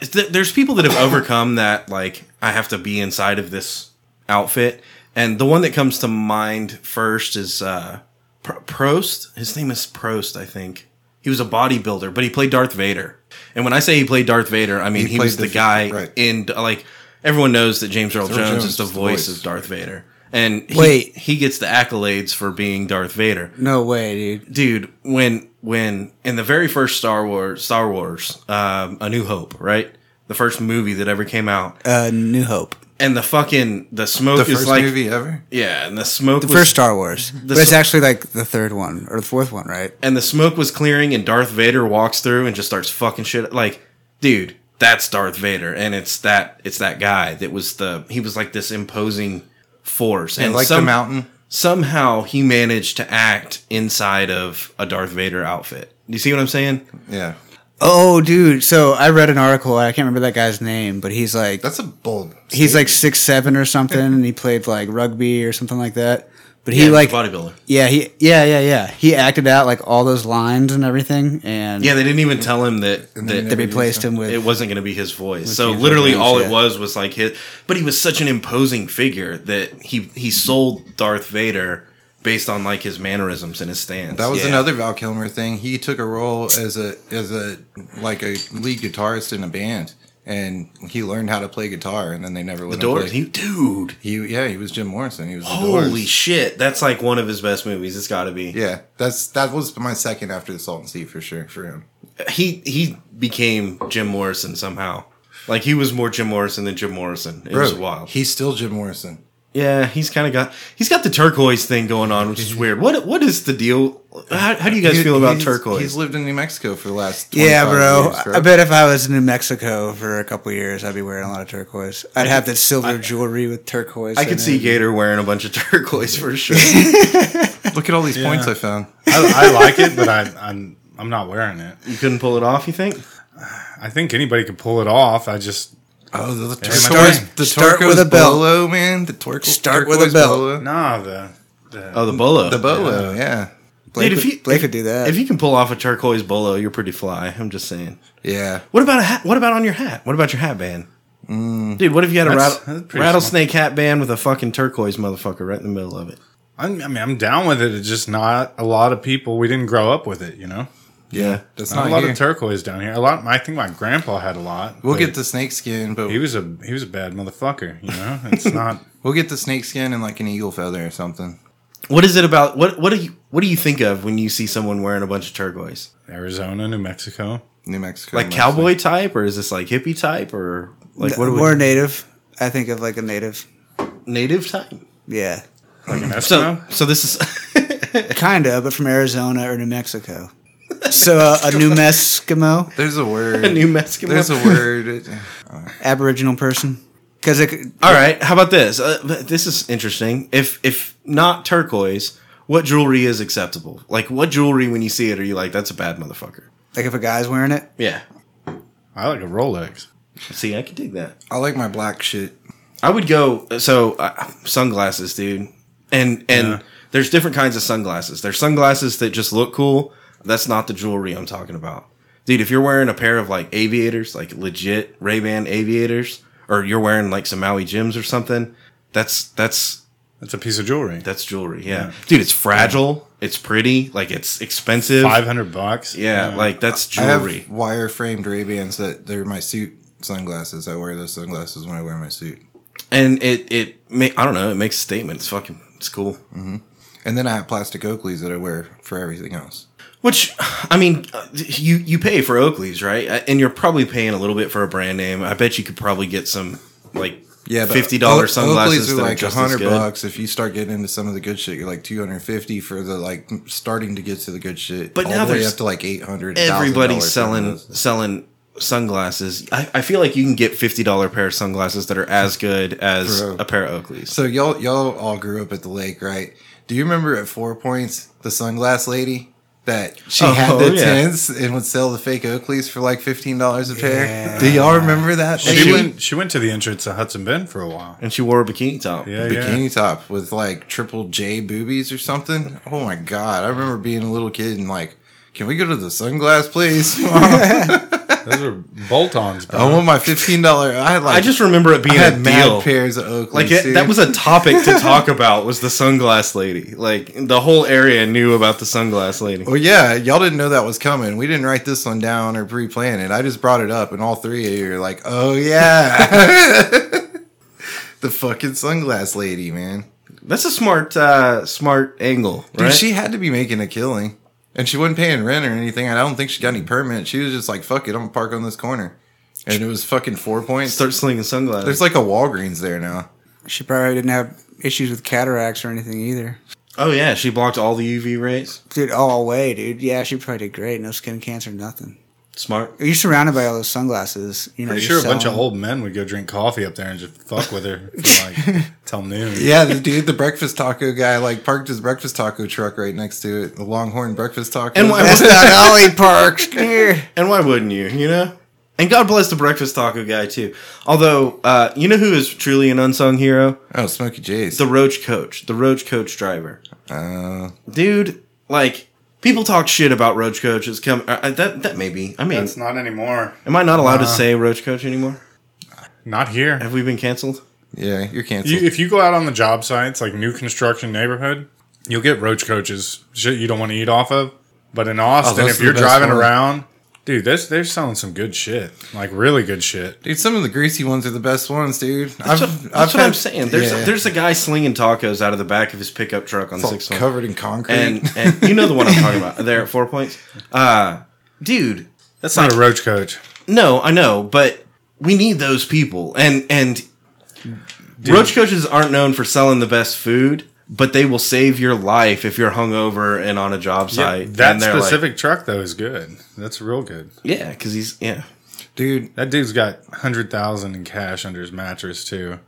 S2: It's th- There's people that have overcome that. Like I have to be inside of this outfit, and the one that comes to mind first is uh, Pr- Prost. His name is Prost, I think. He was a bodybuilder, but he played Darth Vader. And when I say he played Darth Vader, I mean he,
S1: played
S2: was the,
S1: the-
S2: guy
S1: right.
S2: in like everyone knows that James Earl
S1: Earl
S2: Jones,
S1: Jones
S2: is the
S1: is the
S2: voice,
S1: voice.
S2: of Darth Vader. And he,
S4: Wait.
S2: he gets the accolades for being Darth Vader
S4: No way, dude.
S2: dude when when in the very first star wars star wars um, a new hope right the first movie that ever came out
S4: Uh, New Hope.
S2: and the fucking the smoke
S1: the
S2: is
S1: first
S2: like
S1: movie ever.
S2: yeah and the smoke
S4: The
S2: was,
S4: first Star Wars. But
S2: s-
S4: it's actually like the third one or the fourth one, right?
S2: and the smoke was clearing and darth vader walks through and just starts fucking shit like dude that's darth vader and it's that it's that guy that was the he was like this imposing force and
S1: like
S2: some-
S1: the mountain.
S2: somehow he managed to act inside of a darth vader outfit do you see what i'm saying
S1: Yeah,
S4: Oh, dude. So I read an article. I can't remember that guy's name, but he's like
S1: that's a bold.
S4: he's like six seven or something, and he played like rugby or something like that. But he
S2: Yeah,
S4: like
S2: bodybuilder
S4: yeah he yeah yeah yeah he acted out like all those lines and everything, and
S2: Yeah, they didn't even tell him that,
S4: they
S2: that
S4: replaced him with
S2: it wasn't going to be his voice. So
S4: James
S2: literally,
S4: Earl Jones,
S2: all
S4: yeah.
S2: it was was like his. But he was such an imposing figure that he he sold Darth Vader based on like his mannerisms and his stance.
S1: That was
S2: Yeah.
S1: another Val Kilmer thing. He took a role as a as a like a lead guitarist in a band, and he learned how to play guitar, and then they never let
S2: The
S1: him
S2: Doors.
S1: play.
S2: He, dude,
S1: He, yeah, he was Jim Morrison. He was the
S2: holy
S1: Doors.
S2: shit! That's like one of his best movies. It's got to be.
S1: yeah, that's that was my second after the Salt and Sea for sure for him.
S2: He he became Jim Morrison somehow. Like he was more Jim Morrison than Jim Morrison. It was wild.
S1: He's still Jim Morrison.
S2: Yeah, he's kind of got he's got the turquoise thing going on, which is weird. What what is the deal? How, how do you guys
S1: He-
S2: feel about
S1: he's-
S2: turquoise?
S1: He's lived in New Mexico for the last
S4: Yeah,
S1: 25
S4: bro.
S1: years,
S4: I bet if I was in New Mexico for a couple years, I'd be wearing a lot of turquoise. I'd have that silver jewelry with turquoise.
S2: I
S4: in
S2: could
S4: it.
S2: see Gator wearing a bunch of turquoise for sure.
S1: Look at all these points I found.
S3: I, I like it, but I, I'm I'm not wearing it.
S2: you couldn't pull it off, you think?
S3: I think anybody could pull it off. I just
S1: Oh, the, the,
S3: my
S1: stars,
S3: brain.
S1: the
S4: Start
S1: turquoise
S4: with a belt.
S1: bolo, man. The torque,
S4: Start with a belt.
S3: nah the, the
S2: Oh, the bolo.
S1: The bolo, yeah.
S4: Blake,
S2: Dude, if
S4: would,
S2: you-
S4: Blake would do that.
S2: If you can pull off a turquoise bolo, you're pretty fly. I'm just saying.
S1: Yeah.
S2: What about a hat? What about on your hat? What about your hat band? Dude, what if you had a
S3: That's-
S2: rattle-
S3: that's pretty
S2: rattlesnake hat band with a fucking turquoise motherfucker right in the middle of it?
S3: I'm, I mean I'm down with it. It's just not a lot of people. We didn't grow up with it, you know.
S2: Yeah.
S1: That's
S3: Not
S1: not
S3: a lot
S1: here.
S3: of turquoise down here. A lot. I think my grandpa had a lot.
S1: We'll
S3: but
S1: get the snake skin, but
S3: He was a he was a bad motherfucker. You know, it's not.
S1: we'll get the snake skin and like an eagle feather or something.
S2: What is it about? What what do you what do you think of when you see someone wearing a bunch of turquoise?
S3: Arizona, New Mexico.
S1: New Mexico,
S2: Like
S1: mostly.
S2: cowboy type, or is this like hippie type, or like what
S4: More
S2: would
S4: native. I think of like a native.
S2: native type?
S4: Yeah,
S3: Like an
S2: So
S3: Eskimo.
S2: so this is. <laughs>
S4: kinda, but from Arizona or New Mexico. So uh, a New Meskimo,
S1: There's
S4: <laughs>
S1: a word.
S2: New Mexican.
S1: There's a word.
S4: Aboriginal person, because it could-
S2: All right. How about this? Uh, but this is interesting. If if not turquoise, what jewelry is acceptable? Like what jewelry when you see it are you like that's a bad motherfucker?
S4: like if a guy's wearing it,
S2: Yeah.
S3: I like a Rolex.
S2: See, I can dig that.
S1: I like my black shit.
S2: I would go so uh, sunglasses, dude. And and
S3: Yeah.
S2: there's different kinds of sunglasses. There's sunglasses that just look cool. That's not the jewelry I'm talking about. Dude, if you're wearing a pair of like aviators, like legit Ray-Ban aviators, or you're wearing like some Maui Jims or something, that's that's
S3: That's a piece of jewelry.
S2: that's jewelry. Yeah.
S1: Mm.
S2: Dude, it's fragile, it's pretty, like it's expensive.
S3: Five hundred bucks.
S2: yeah, like that's
S1: Mm. I
S2: jewelry.
S1: have wire framed Ray Bans that they're my suit sunglasses. I wear those sunglasses when I wear my suit.
S2: and it it ma- I don't know, it makes a statement. It's fucking it's cool.
S1: And then I have plastic Oakleys that I wear for everything else.
S2: Which, I mean, uh, you you pay for Oakley's, right? Uh, And you're probably paying a little bit for a brand name. I bet you could probably get some like
S1: Yeah, but
S2: fifty dollars
S1: Oak-
S2: sunglasses
S1: Oakleys
S2: that
S1: are
S2: are
S1: like
S2: just as
S1: hundred
S2: good.
S1: bucks. If you start getting into some of the good shit, you're like two hundred fifty for the like starting to get to the good shit.
S2: But
S1: all
S2: now
S1: the way
S2: there's-
S1: up to like eight hundred.
S2: Everybody's selling selling sunglasses. I, I feel like you can get fifty dollar pair of sunglasses that are as good as
S1: Bro.
S2: a pair of Oakley's.
S1: So y'all y'all all grew up at the lake, right? Do you remember at Four Points the sunglass lady that she
S2: Oh,
S1: had the
S2: yeah.
S1: tents and would sell the fake Oakleys for like fifteen dollars a pair? Do y'all remember that?
S3: She,
S1: lady?
S3: went. She went to the entrance of Hudson Bend for a while.
S2: and she wore a bikini top.
S3: Yeah,
S1: bikini
S3: yeah.
S1: top with like triple J boobies or something. Oh my god! I remember being a little kid and like, can we go to the sunglass <laughs> place?
S3: Those are bolt-ons. Bro.
S1: I want my fifteen dollar. I had like
S2: I just remember it
S1: I
S2: being a
S1: had mad
S2: deal.
S1: pairs of Oakleys.
S2: Like it,
S1: dude.
S2: that was a topic to talk about was the sunglass lady. Like the whole area knew about the sunglass lady.
S1: Well, yeah, y'all didn't know that was coming. We didn't write this one down or pre-plan it. I just brought it up, and all three of you are like, "Oh yeah, <laughs> the fucking sunglass lady, man."
S2: That's a smart, uh, smart angle,
S1: Dude,
S2: right?
S1: she had to be making a killing, and she wasn't paying rent or anything. I don't think she got any permit. She was just like, "Fuck it, I'm gonna park on this corner," and it was fucking four points.
S2: Start slinging sunglasses.
S1: There's like a Walgreens there now.
S4: She probably didn't have issues with cataracts or anything either.
S2: oh yeah, she blocked all the UV rays.
S4: Dude, all the way, dude. Yeah, she probably did great. No skin cancer, nothing.
S2: Smart.
S4: You're surrounded by all those sunglasses. You know,
S3: Pretty
S4: you're
S3: sure a bunch of
S4: selling-
S3: old men would go drink coffee up there and just fuck with her for
S1: <laughs>
S3: like till noon.
S1: Yeah, the dude, the breakfast taco guy, like parked his breakfast taco truck right next to it, the Longhorn breakfast taco.
S2: And
S1: <laughs>
S2: why-
S4: That's not how he parks. Here.
S2: And why wouldn't you? You know. And God bless the breakfast taco guy too. Although, uh, you know who is truly an unsung hero?
S1: oh, Smokey J's.
S2: The Roach coach, the Roach coach driver,
S1: Uh,
S2: dude. Like people talk shit about Roach coaches. Come uh, uh, that that may be. I mean,
S3: That's not anymore.
S2: am I not allowed
S3: Uh,
S2: to say Roach coach anymore?
S3: Not here.
S2: Have we been canceled?
S1: yeah, you're canceled.
S3: You, if you go out on the job sites, like new construction neighborhood, you'll get roach coaches. Shit you don't want to eat off of. But in Austin,
S1: Oh, those
S3: if
S1: are the
S3: you're
S1: best
S3: driving
S1: ones.
S3: around, dude, they're, they're selling some good shit. Like really good shit.
S1: Dude, some of the greasy ones are the best ones, dude.
S2: That's, what, that's what
S1: had-
S2: I'm saying. There's
S1: yeah.
S2: there's a guy slinging tacos out of the back of his pickup truck on
S1: It's all
S2: six one.
S1: covered in concrete.
S2: and and you know the one I'm talking about. There at four points, uh, dude.
S3: That's not a roach coach.
S2: No, I know, but we need those people. And and roach coaches aren't known for selling the best food, but they will save your life if you're hungover and on a job site. and
S3: that
S2: they're like-
S3: specific truck though is good. That's real good.
S2: yeah, because he's yeah.
S1: <laughs> dude,
S3: That dude's got hundred thousand in cash under his mattress too.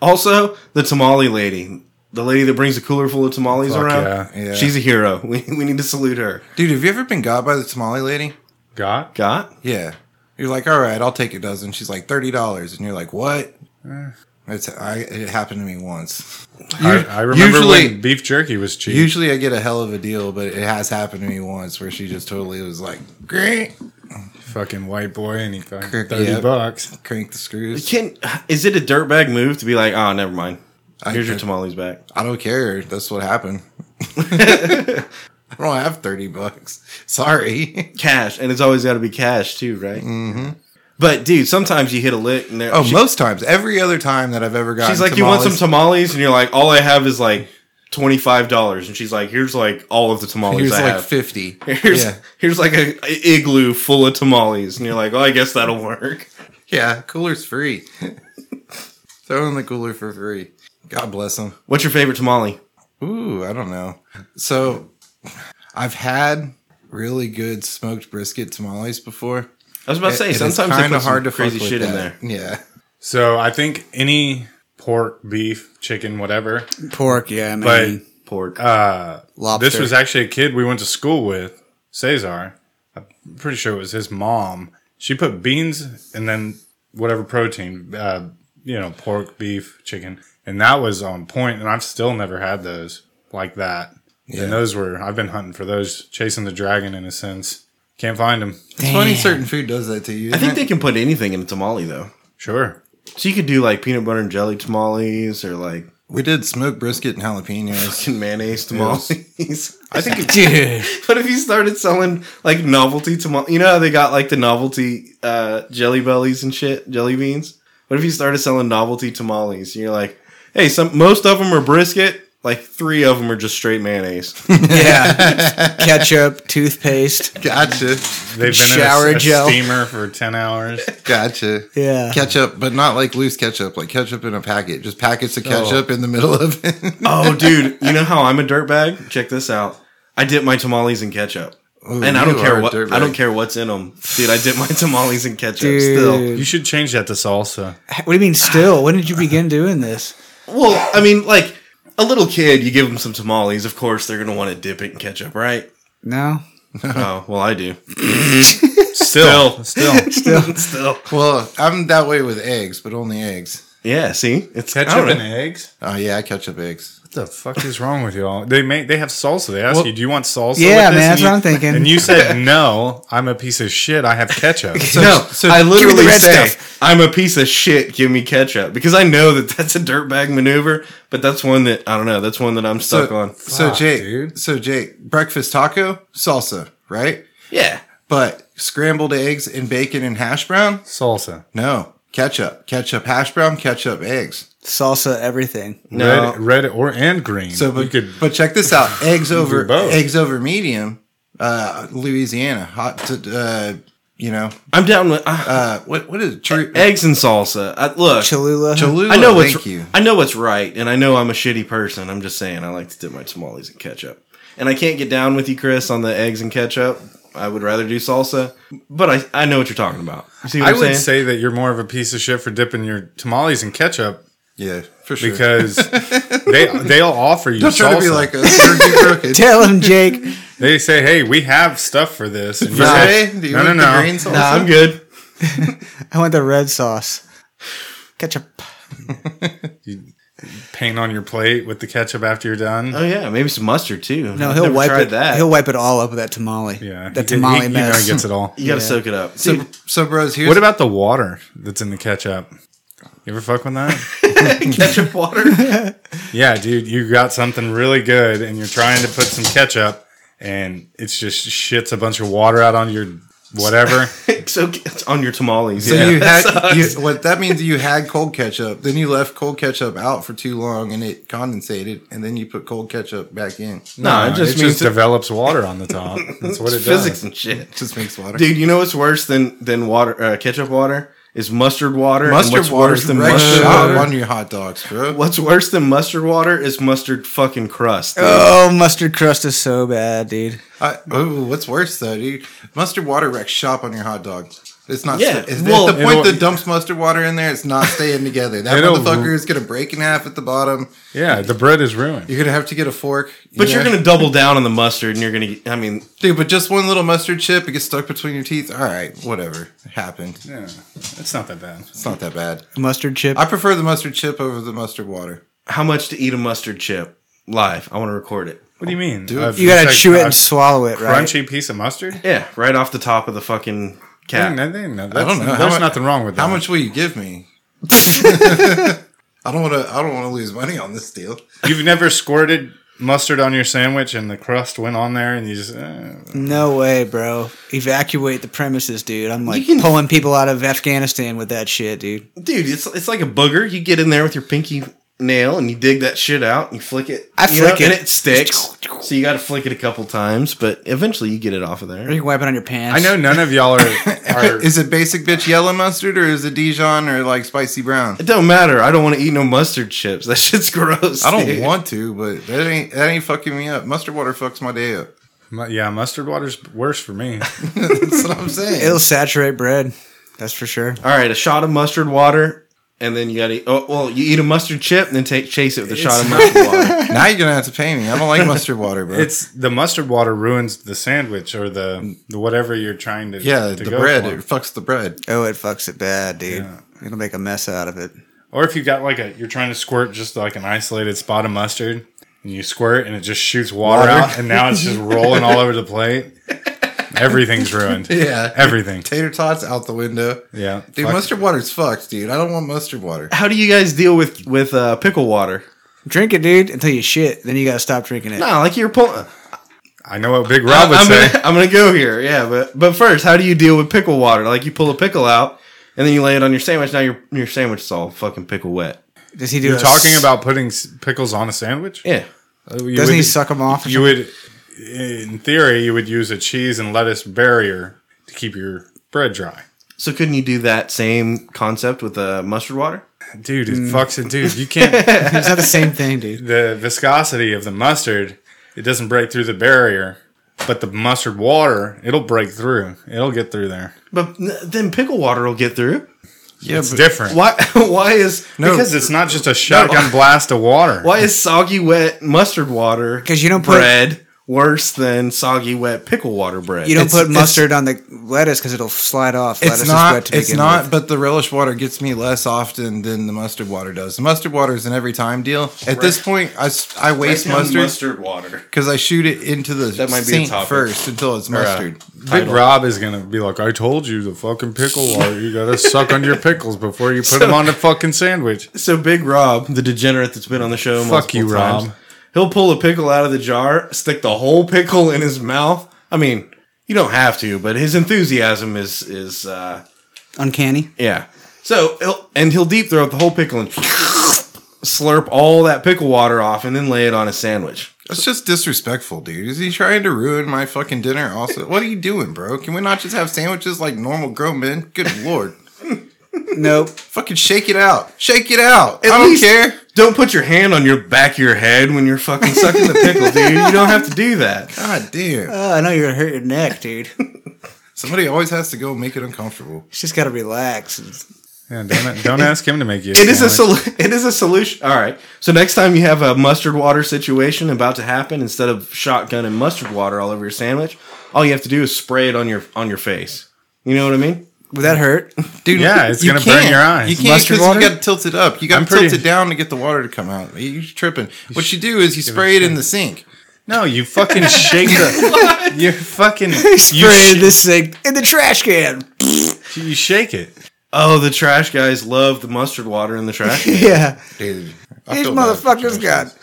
S2: Also, the tamale lady. The lady that brings a cooler full of tamales
S3: Fuck
S2: around,
S3: yeah.
S1: Yeah.
S2: she's a hero. <laughs> We, we need to salute her.
S1: dude, have you ever been got by the tamale lady?
S3: Got
S2: Got?
S1: Yeah. You're like, all right, I'll take a dozen. She's like thirty dollars, and you're like, what? It's I. It happened to me once.
S3: I, I remember
S1: usually-
S3: when beef jerky was cheap.
S1: Usually, I get a hell of a deal, but it has happened to me once where she just totally was like, great,
S3: fucking white boy and he fucking
S1: Crick,
S3: thirty
S1: yep.
S3: bucks.
S1: crank the screws.
S2: Can is it a dirtbag move to be like, oh, never mind.
S1: I-
S2: Here's your tamales back.
S1: I don't care. That's what happened. <laughs> I don't have thirty bucks. Sorry.
S2: cash, and it's always got to be cash too, right? Mm-hmm. But dude, sometimes you hit a lick, and they're,
S1: Oh,
S2: she-
S1: most times, every other time that I've ever gotten,
S2: she's like, "You want some
S1: tamales-
S2: tamales?" And you're like, "All I have is like twenty five dollars," and she's like, "Here's like all of the tamales
S1: Here's
S2: I
S1: like
S2: have."
S1: fifty.
S2: Here's,
S1: yeah,
S2: here's like a, a igloo full of tamales, and you're like, oh, I guess that'll work.
S1: yeah. Cooler's free. <laughs> Throw in the cooler for free. God bless them.
S2: What's your favorite tamale?
S1: Ooh, I don't know. So, I've had really good smoked brisket tamales before.
S2: I was about to say
S1: It- it is
S2: sometimes they
S1: kinda
S2: put hard to
S1: fuck
S2: crazy
S1: with
S2: shit in there.
S1: that. Yeah.
S3: So I think any pork, beef, chicken, whatever.
S4: Pork, yeah,
S3: But
S1: Mm-hmm.
S4: maybe.
S2: Pork.
S3: uh,
S4: Lobster.
S3: this
S4: <laughs>
S3: was actually a kid we went to school with, Cesar. I'm pretty sure it was his mom. She put beans and then whatever protein, uh, you know, pork, beef, chicken, and that was on point. And I've still never had those like that.
S1: Yeah.
S3: And those were I've been hunting for those, chasing the dragon in a sense. Can't find them.
S1: It's funny certain food does that to you.
S2: I
S1: isn't
S2: think
S1: it?
S2: they can put anything in a tamale though.
S3: Sure.
S2: So you could do like peanut butter and jelly tamales or like
S1: we did smoked brisket and jalapenos. <laughs>
S2: fucking mayonnaise tamales. <laughs>
S3: I think it,
S4: Dude.
S2: What if you started selling like novelty tamale? You know how they got like the novelty uh, jelly bellies and shit, jelly beans. What if you started selling novelty tamales? And you're like, hey, some most of them are brisket. Like three of them are just straight mayonnaise.
S4: Yeah. Ketchup, toothpaste.
S1: gotcha,
S3: they've been
S4: Shower
S3: in a, a
S4: gel.
S3: steamer for ten hours.
S1: gotcha.
S4: Yeah.
S1: Ketchup, but not like loose ketchup, like ketchup in a packet. Just packets of ketchup in the middle of it.
S2: oh, dude, you know how I'm a dirtbag? Check this out. I dip my tamales in ketchup,
S1: Ooh,
S2: <laughs> and I
S1: you
S2: don't care
S1: are a
S2: what I
S1: dirtbag.
S2: don't care what's in them, dude. I dip my tamales in ketchup still.
S4: Dude.
S3: You should change that to salsa.
S4: What do you mean still? When did you begin doing this?
S2: Well, I mean, like a little kid, you give them some tamales. Of course, they're gonna want to dip it in ketchup, right?
S4: No?
S2: oh, well, I do.
S3: Still, still,
S2: Still.
S1: Well, I'm that way with eggs, but only eggs.
S2: Yeah, see? It's I
S3: <laughs> ketchup
S2: don't
S3: and
S2: know.
S3: eggs.
S1: Oh yeah, ketchup eggs.
S3: What the fuck is wrong with y'all? They make they have salsa. They ask
S4: Well-
S3: you, do you want salsa? with
S4: Yeah,
S3: this?
S4: man,
S3: And
S4: that's
S3: you-
S4: what I'm thinking.
S3: And you said no. I'm a piece of shit. I have ketchup.
S2: no,
S1: so-
S2: I
S1: give me
S4: the
S2: literally
S4: red
S2: say
S4: stuff.
S2: I'm a piece of shit. Give me ketchup because I know that that's a dirtbag maneuver, but that's one that I don't know. That's one that I'm stuck on.
S1: So
S3: Fuck,
S1: Jake,
S3: dude.
S1: so Jake, breakfast taco salsa, right?
S2: Yeah,
S1: But scrambled eggs and bacon and hash brown?
S3: salsa.
S1: No, ketchup, ketchup, hash brown, ketchup, eggs.
S4: Salsa, everything.
S2: No.
S3: Red, red or and green.
S1: So,
S3: you
S1: but,
S3: could
S1: but check this
S3: <laughs>
S1: out: eggs over
S3: both.
S1: eggs over medium, uh, Louisiana hot. To, uh, you know,
S2: I'm down with uh,
S1: uh, what what is it? Tru-
S2: eggs and salsa. I, look,
S4: Cholula.
S1: Cholula.
S2: I know what's
S1: Oh, Thank you.
S2: I know what's right, and I know I'm a shitty person. I'm just saying I like to dip my tamales in ketchup, and I can't get down with you, Chris, on the eggs and ketchup. I would rather do salsa, but I, I know what you're talking about. You see what
S3: I
S2: am
S3: would
S2: saying?
S3: say that you're more of a piece of shit for dipping your tamales in ketchup
S1: Yeah, for sure. <laughs>
S3: because they they'll offer you
S1: Don't
S3: salsa.
S1: try to be like us. We're be
S3: <laughs>
S1: crooked.
S4: <laughs> Tell him, Jake.
S3: they say, "Hey, we have stuff for this." And you say,
S1: Friday? Do you want the green salsa?
S2: Nah, I'm good.
S4: I want the red sauce. Ketchup.
S3: paint on your plate with the ketchup after you're done.
S2: Oh yeah, maybe some mustard too.
S4: No,
S2: I've
S4: he'll
S2: never
S4: wipe
S2: tried
S4: it.
S2: That
S4: He'll wipe it all up with that tamale.
S3: yeah,
S4: that
S3: He- he-
S4: tamale
S3: he,
S4: mess.
S3: kinda gets it all.
S2: you got to
S4: Yeah.
S2: soak it up.
S1: So, so, bros, here's
S3: What about the water that's in the ketchup? You ever fuck with that?
S2: ketchup water. <laughs>
S3: yeah, dude, you got something really good, and you're trying to put some ketchup, and it's just shits a bunch of water out on your whatever.
S2: so it's on your tamales.
S1: So
S2: yeah. <laughs>
S1: you had you, what <laughs> that means you had cold ketchup, then you left cold ketchup out for too long and it condensated, and then you put cold ketchup back in.
S2: no, it
S3: Uh,
S2: just
S3: it
S2: means
S3: just develops water on the top. That's what it
S2: it's physics
S3: does.
S2: and shit.
S1: Just makes water.
S2: Dude, you know what's worse than than water uh, ketchup water is mustard water. and
S1: mustard
S2: what's
S1: water
S2: worse than
S1: right
S2: mustard
S1: shot
S2: water.
S1: on your hot dogs, bro.
S2: What's worse than mustard water is mustard fucking crust. dude.
S4: <laughs> Oh, mustard crust is so bad, dude.
S1: I, ooh, what's worse though, dude? Mustard water wrecks shop on your hot dog. It's not.
S2: Yeah,
S1: Yeah, it's,
S2: well-
S1: at the point
S3: It'll-
S1: that dumps mustard water in there, it's not staying together. <laughs> That
S3: It'll-
S1: motherfucker is gonna break in half at the bottom.
S3: Yeah, the bread is ruined.
S1: You're gonna have to get a fork. you
S2: but you're
S1: know?
S2: gonna double down on the mustard, and you're gonna. get- I mean,
S1: dude. But just one little mustard chip, it gets stuck between your teeth. All right, whatever. It happened.
S3: Yeah, it's not that bad.
S1: It's not that bad.
S4: Mustard chip.
S1: I prefer the mustard chip over the mustard water.
S2: how much to eat a mustard chip live? I want to record it.
S3: What do you mean?
S1: Dude,
S4: you gotta
S3: It's like
S4: chew it
S3: a
S4: and swallow it, right?
S3: crunchy piece of mustard.
S2: Yeah, right off the top of the fucking
S3: I
S2: cat.
S3: think- I think- that's-
S1: I don't know. How
S3: There's
S1: mu-
S3: nothing wrong with that.
S1: How much will you give <laughs> me? I don't want to. I don't want to lose money on this deal.
S3: You've never squirted mustard on your sandwich and the crust went on there, and you just eh.
S4: No way, bro. Evacuate the premises, dude. I'm like
S2: can-
S4: pulling people out of Afghanistan with that shit, dude.
S2: dude, it's it's like a booger. You get in there with your pinky nail and you dig that shit out and you flick it.
S4: I
S2: you
S4: flick
S2: and
S4: it.
S2: it sticks. So you got to flick it a couple times, but eventually you get it off of
S4: Or you
S2: there.
S4: can wipe it on your pants.
S3: I know none of y'all <laughs> are. are
S1: Is it basic bitch yellow mustard or is it Dijon or like spicy brown?
S2: It don't matter. I don't want to eat no mustard chips. That shit's gross.
S1: I don't
S2: dude.
S1: want to, but that ain't that ain't fucking me up. Mustard water fucks my day up.
S3: mu- yeah, mustard water's worse for
S1: <laughs>
S3: me.
S1: That's what I'm saying.
S4: It'll saturate bread. That's for sure.
S2: All right, a shot of mustard water and then you gotta. Oh, well, you eat a mustard chip and then take, chase it with a shot of mustard
S1: <laughs>
S2: water.
S1: now you're gonna have to pay me. I don't like mustard water, bro.
S3: It's the mustard water ruins the sandwich or the, the whatever you're trying to
S1: yeah,
S3: to
S1: the
S3: go
S1: bread.
S3: for.
S1: It fucks the bread.
S4: Oh, it fucks it bad, dude.
S3: Yeah.
S4: It'll make a mess out of it.
S3: Or if you got like a, you're trying to squirt just like an isolated spot of mustard, and you squirt and it just shoots water,
S1: Water.
S3: out, and now <laughs> it's just rolling all over the plate. Everything's <laughs> ruined.
S1: Yeah.
S3: Everything.
S1: Tater tots out the window.
S3: Yeah.
S1: Dude,
S3: Fuck.
S1: mustard water's fucked, dude. I don't want mustard water.
S2: How do you guys deal with with uh, pickle water?
S4: Drink it, dude, until you shit. Then you gotta stop drinking it.
S2: No, like you're pulling.
S3: I know what Big Rob would
S2: I'm
S3: say.
S2: gonna, I'm gonna go here, yeah. But but first, how do you deal with pickle water? Like you pull a pickle out and then you lay it on your sandwich. Now your your sandwich is all fucking pickle wet.
S4: Does he do?
S3: You're
S4: a
S3: talking
S4: s-
S3: about putting s- pickles on a sandwich?
S2: Yeah,
S3: Uh, you
S4: Doesn't
S3: would-
S4: he suck them off? or
S3: You would, in theory, you would use a cheese and lettuce barrier to keep your bread dry.
S2: So couldn't you do that same concept with uh, mustard water?
S3: Dude, it fucks it, dude. <laughs> You can't.
S4: something? Is that the same
S1: <laughs>
S4: thing, dude?
S3: Mm. the viscosity of the mustard, it doesn't break through the barrier, but the mustard water, it'll break through. It'll get through there.
S2: But n- then pickle water will get through.
S1: Yeah,
S3: it's different.
S2: Why? <laughs> Why is
S3: Because it's not just a <laughs> shotgun blast of water.
S2: why is soggy wet mustard water?
S4: 'Cause you don't put-
S2: bread worse than soggy wet pickle water bread.
S4: You don't
S1: It's-
S4: put
S1: it's-
S4: mustard on the lettuce because it'll slide off. lettuce
S1: It's not.
S4: is wet to
S1: it's
S4: begin
S1: not.
S4: with.
S1: But the relish water gets me less often than the mustard water does. The mustard water is an every time deal. At this point, I, s- I waste mustard
S2: water.
S1: because I shoot it into the
S2: That might be a
S1: sink
S2: topic.
S1: first until it's
S2: uh,
S1: mustard.
S3: Big Rob is gonna be like, "I told you the fucking pickle water. You gotta suck on your pickles before you put them on a fucking sandwich."
S2: So Big Rob, the degenerate that's been on the show,
S3: Fuck
S2: multiple
S3: you,
S2: times,
S3: Rob.
S2: He'll pull a pickle out of the jar, stick the whole pickle in his mouth. I mean, you don't have to, but his enthusiasm is is uh,
S4: uncanny.
S2: Yeah. So he'll, and he'll deep throat the whole pickle and <laughs> slurp all that pickle water off, and then lay it on a sandwich.
S1: That's just disrespectful, dude. Is he trying to ruin my fucking dinner? Also, what are you doing, bro? Can we not just have sandwiches like normal grown men? Good <laughs> lord,
S4: Nope.
S1: fucking shake it out, shake it out.
S2: At
S1: I don't
S2: least-
S1: care.
S2: Don't put your hand on your back of your head when you're fucking sucking the pickle, dude. You don't have to do that.
S1: God damn.
S4: Oh, I know you're gonna hurt your neck, dude.
S1: Somebody always has to go make it uncomfortable.
S4: It's just gotta relax.
S3: Yeah, don't, don't ask him to make you.
S2: It is a
S3: sandwich.
S2: sol- it is a solution. All right. So next time you have a mustard water situation about to happen, instead of shotgun and mustard water all over your sandwich, all you have to do is spray it on your on your face. You know what I mean?
S4: Would that hurt? <laughs>
S1: Dude,
S3: Yeah, it's
S1: you
S3: gonna burn
S1: can't.
S3: your eyes.
S1: You can't
S4: Mustard
S1: because you
S4: water?
S1: got to tilt it up. You got
S3: I'm
S1: to tilt
S3: pretty-
S1: it down to get the water to come out. You're tripping. What you do is you spray it in the sink.
S3: No, you fucking shake the. you fucking you,
S4: Spray
S3: sh-
S4: this thing in the trash can.
S3: you shake it.
S2: Oh, the trash guys love the mustard water in the
S3: <laughs>
S2: trash.
S4: <laughs> Yeah.
S1: Dude, I
S4: These
S1: feel bad for
S4: motherfuckers
S1: Josh.
S4: got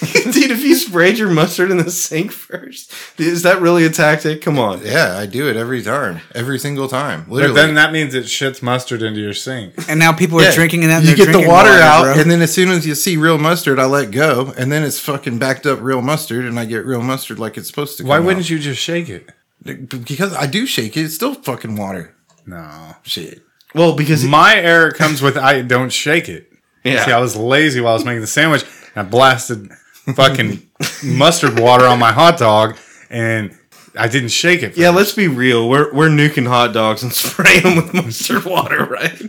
S2: Dude, if you sprayed your mustard in the sink first, is that really a tactic? Come on.
S1: Yeah, I do it every time, every single time. Literally.
S3: But then that means it shits mustard into your sink.
S4: and now people are
S1: Yeah.
S4: drinking in that. And
S1: you
S4: they're
S1: get the
S4: drinking
S1: water, out,
S4: bro.
S1: and then as soon as you see real mustard, I let go, and then it's fucking backed up real mustard, and I get real mustard like it's supposed to.
S3: Why wouldn't you just shake it?
S1: you? Because I do shake it. It's still fucking water.
S3: No.
S1: Shit.
S2: Well, because
S3: My error comes with I don't shake it.
S2: yeah,
S3: See, I was lazy while I was making the sandwich, and I blasted fucking mustard water on my hot dog, and I didn't shake it.
S2: yeah. Let's be real. We're we're nuking hot dogs and <laughs> spraying them with mustard water, right?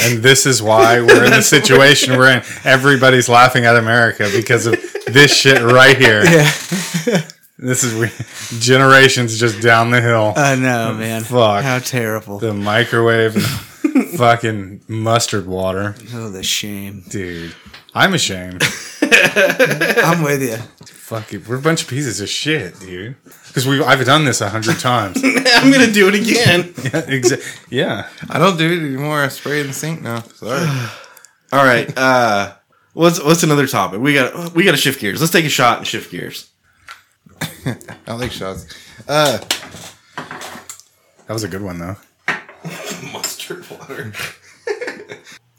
S3: And this is why we're in the situation we're in. Everybody's laughing at America because of this shit right here.
S4: Yeah.
S3: This is we- generations just down the hill.
S4: I know, man.
S3: Fuck.
S4: How terrible.
S3: the microwave, and fucking mustard water,
S4: oh, the shame.
S3: dude. I'm ashamed.
S4: I'm with you.
S3: Fuck it, we're a bunch of pieces of shit, dude. Because we, I've done this a hundred times.
S2: I'm gonna do it again.
S3: Exa- yeah.
S1: I don't do it anymore. I spray in the sink now. <sighs> Sorry.
S2: All right. Uh, what's what's another topic? We got we got to shift gears. Let's take a shot and shift gears.
S1: I like shots.
S3: That was a good one though.
S2: Mustard water.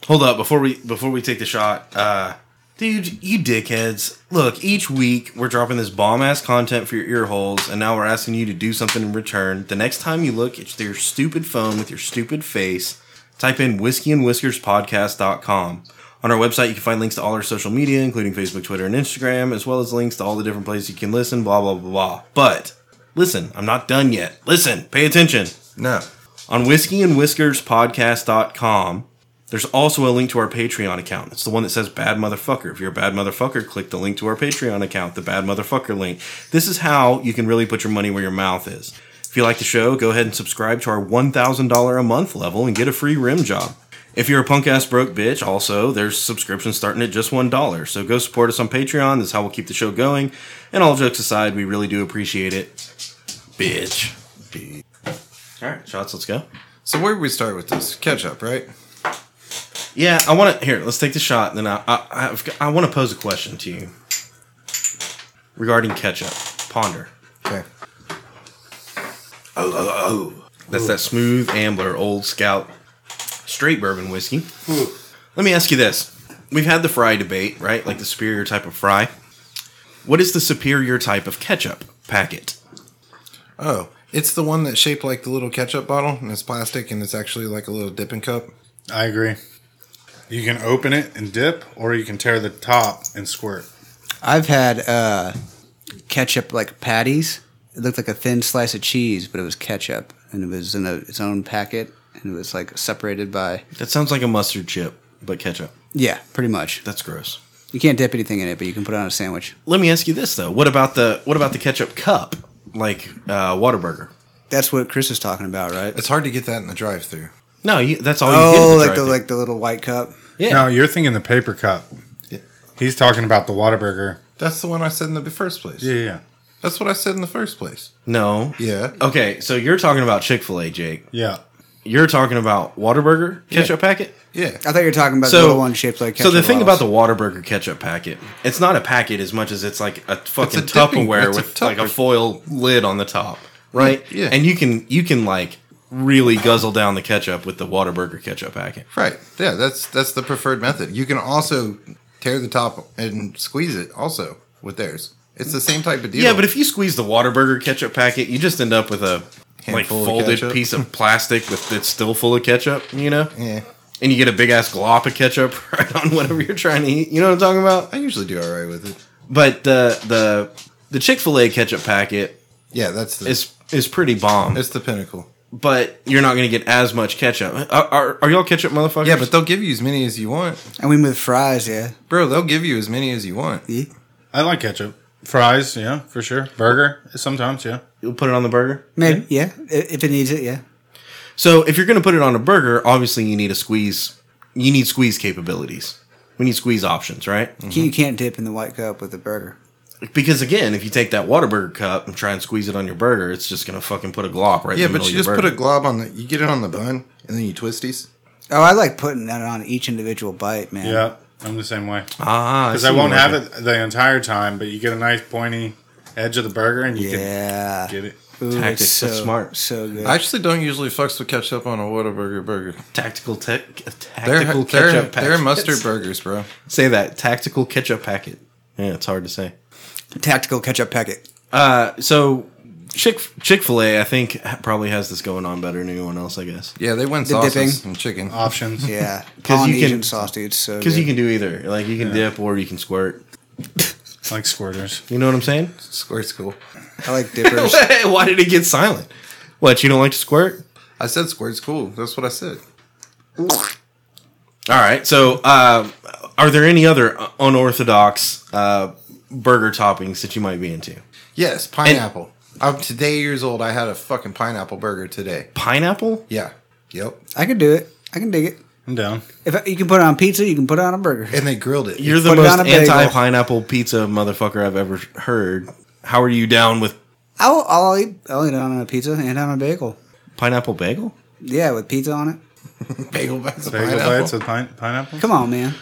S2: Hold up before we before we take the shot. Uh, dude, you dickheads! Look, each week we're dropping this bomb ass content for your ear holes, and now we're asking you to do something in return. The next time you look at your stupid phone with your stupid face, type in whiskey and whiskers podcast.com. On our website, you can find links to all our social media, including Facebook, Twitter, and Instagram, as well as links to all the different places you can listen, blah, blah, blah, blah. But listen, I'm not done yet. Listen, pay attention
S1: No.
S2: on whiskeyandwhiskerspodcast.com. There's also a link to our Patreon account. It's the one that says Bad Motherfucker. If you're a bad motherfucker, click the link to our Patreon account, the Bad Motherfucker link. This is how you can really put your money where your mouth is. If you like the show, go ahead and subscribe to our $1,000 a month level and get a free rim job. If you're a punk ass broke bitch, also, there's subscriptions starting at just $1. So go support us on Patreon. This is how we'll keep the show going. And all jokes aside, we really do appreciate it. Bitch. All right, shots, let's go.
S1: So where did we start with this? Ketchup, right?
S2: Yeah, I want to. Here, let's take the shot. and Then I, I, I've, got- I want to pose a question to you regarding ketchup. Ponder.
S1: Okay.
S2: That's that smooth Ambler Old Scout straight bourbon whiskey. Let me ask you this: We've had the fry debate, right? Like the superior type of fry. What is the superior type of ketchup packet?
S1: Oh, it's the one that's shaped like the little ketchup bottle, and it's plastic, and it's actually like a little dipping cup.
S3: I agree. You can open it and dip, or you can tear the top and squirt.
S4: I've had uh, ketchup like patties. It looked like a thin slice of cheese, but it was ketchup, and it was in a, its own packet, and it was like separated by
S2: That sounds like a mustard chip, but ketchup.
S4: yeah, pretty much.
S2: That's gross.
S4: You can't dip anything in it, but you can put it on a sandwich.
S2: Let me ask you this though: What about the what about the ketchup cup, like uh, Waterburger?
S4: That's what Chris is talking
S2: <laughs>
S4: about, right?
S1: It's hard to get that in the drive-through.
S2: No, you, that's all. you get
S4: oh,
S2: at
S4: like the
S2: drive-thru.
S4: like the little white cup.
S2: yeah.
S3: No, you're thinking the paper cup. He's talking about the Whataburger.
S1: That's the one I said in the first place.
S3: Yeah, yeah,
S1: That's what I said in the first place.
S2: No.
S1: Yeah.
S2: Okay, so you're talking about Chick Fil A, Jake.
S3: yeah.
S2: You're talking about Waterburger ketchup packet.
S1: Yeah.
S4: I thought you were talking about the
S2: So
S4: little one shaped like
S2: so
S4: ketchup.
S2: the thing about
S4: bottles.
S2: the Waterburger ketchup packet, it's not a packet as much as it's like a fucking
S1: dipping-
S2: Tupperware
S1: it's a
S2: with like a
S1: Tupper-
S2: foil lid on the top, right?
S1: Yeah.
S2: And you can you can like really guzzle down the ketchup with the Waterburger ketchup packet.
S1: Right. Yeah, that's that's the preferred method. You can also tear the top and squeeze it also with theirs. It's the same type of deal.
S2: Yeah, but if you squeeze the Waterburger ketchup packet, you just end up with a like
S1: Handful of
S2: folded
S1: ketchup.
S2: piece of plastic with that's still full of ketchup. You know.
S1: yeah.
S2: and you get a big ass glop of ketchup <laughs> right on whatever you're trying to eat. You know what I'm talking about?
S1: I usually do all right with it.
S2: But the the the Chick Fil A ketchup packet
S1: Yeah, that's the it's,
S2: is is pretty bomb.
S1: the pinnacle.
S2: But you're not gonna get as much ketchup. Are, are, are y'all ketchup motherfuckers?
S1: Yeah, but they'll give you as many as you want.
S4: I mean with fries, yeah.
S1: Bro, they'll give you as many as you want.
S4: Yeah.
S3: I like ketchup. Fries, yeah, for sure. Burger, sometimes, yeah.
S2: you'll put it on the burger.
S4: Maybe, yeah. I If it needs it, yeah.
S2: So if you're gonna put it on a burger, obviously you need a squeeze. You need squeeze capabilities. We need squeeze options, right?
S4: You can't dip in the white cup with a burger.
S2: Because again, if you take that Whataburger cup and try and squeeze it on your burger, it's just gonna fucking put a glop right.
S1: Yeah,
S2: in the
S1: but you
S2: middle of
S1: just
S2: your
S1: put a
S2: burger.
S1: glob on the you get it on the bun and then you twisties.
S4: Oh, I like putting that on each individual bite, man.
S3: Yeah, I'm the same way.
S2: ah
S3: Because I won't have it the entire time, but you get a nice pointy edge of the burger and you
S4: Yeah.
S3: can get it.
S4: Ooh, it's
S2: Tactics, that's smart.
S4: So good.
S1: I actually don't usually fucks with ketchup on a Whataburger burger.
S2: tactical tech
S1: They're,
S2: tactical
S1: they're,
S2: ketchup packet.
S1: they're mustard burgers, bro.
S2: Say that tactical ketchup packet. Yeah, it's hard to say.
S4: Tactical ketchup packet.
S2: Uh, so Chick Chick Fil A, I think ha- probably has this going on better than anyone else, I guess,
S1: Yeah, they win
S4: The dipping.
S1: sauces and chicken.
S3: Options.
S4: <laughs> Yeah.
S2: 'Cause you
S4: Polynesian
S2: can-
S4: sauce, dude. it's So
S2: because you
S4: good.
S2: can do either. Like you can dip or you can squirt.
S3: Like squirters.
S2: You know what I'm saying? <laughs>
S1: Squirt's cool.
S4: I like <laughs> dippers.
S2: Why did it get silent? What you don't like to squirt?
S1: I said squirt's cool. That's what I said.
S2: All right. So, uh, are there any other unorthodox uh, burger toppings that you might be into?
S1: Yes, pineapple. I'm today years old. I had a fucking pineapple burger today.
S2: Pineapple?
S1: Yeah. Yep.
S4: I can do it. I can dig it.
S3: I'm down.
S4: If I, you can put it on pizza, you can put it on a burger.
S1: And they grilled it.
S2: You're the
S4: Put it
S2: most
S4: on a bagel.
S2: anti-pineapple pizza motherfucker I've ever heard. How are you down with
S4: I'll, I'll eat. I'll eat it on a pizza and on a bagel.
S2: pineapple bagel?
S4: Yeah, with pizza on
S1: <laughs>
S4: it.
S1: bagel bites of
S3: Bagel
S1: pineapple.
S3: bites with pine- pineapple.
S4: Come on, <laughs> man.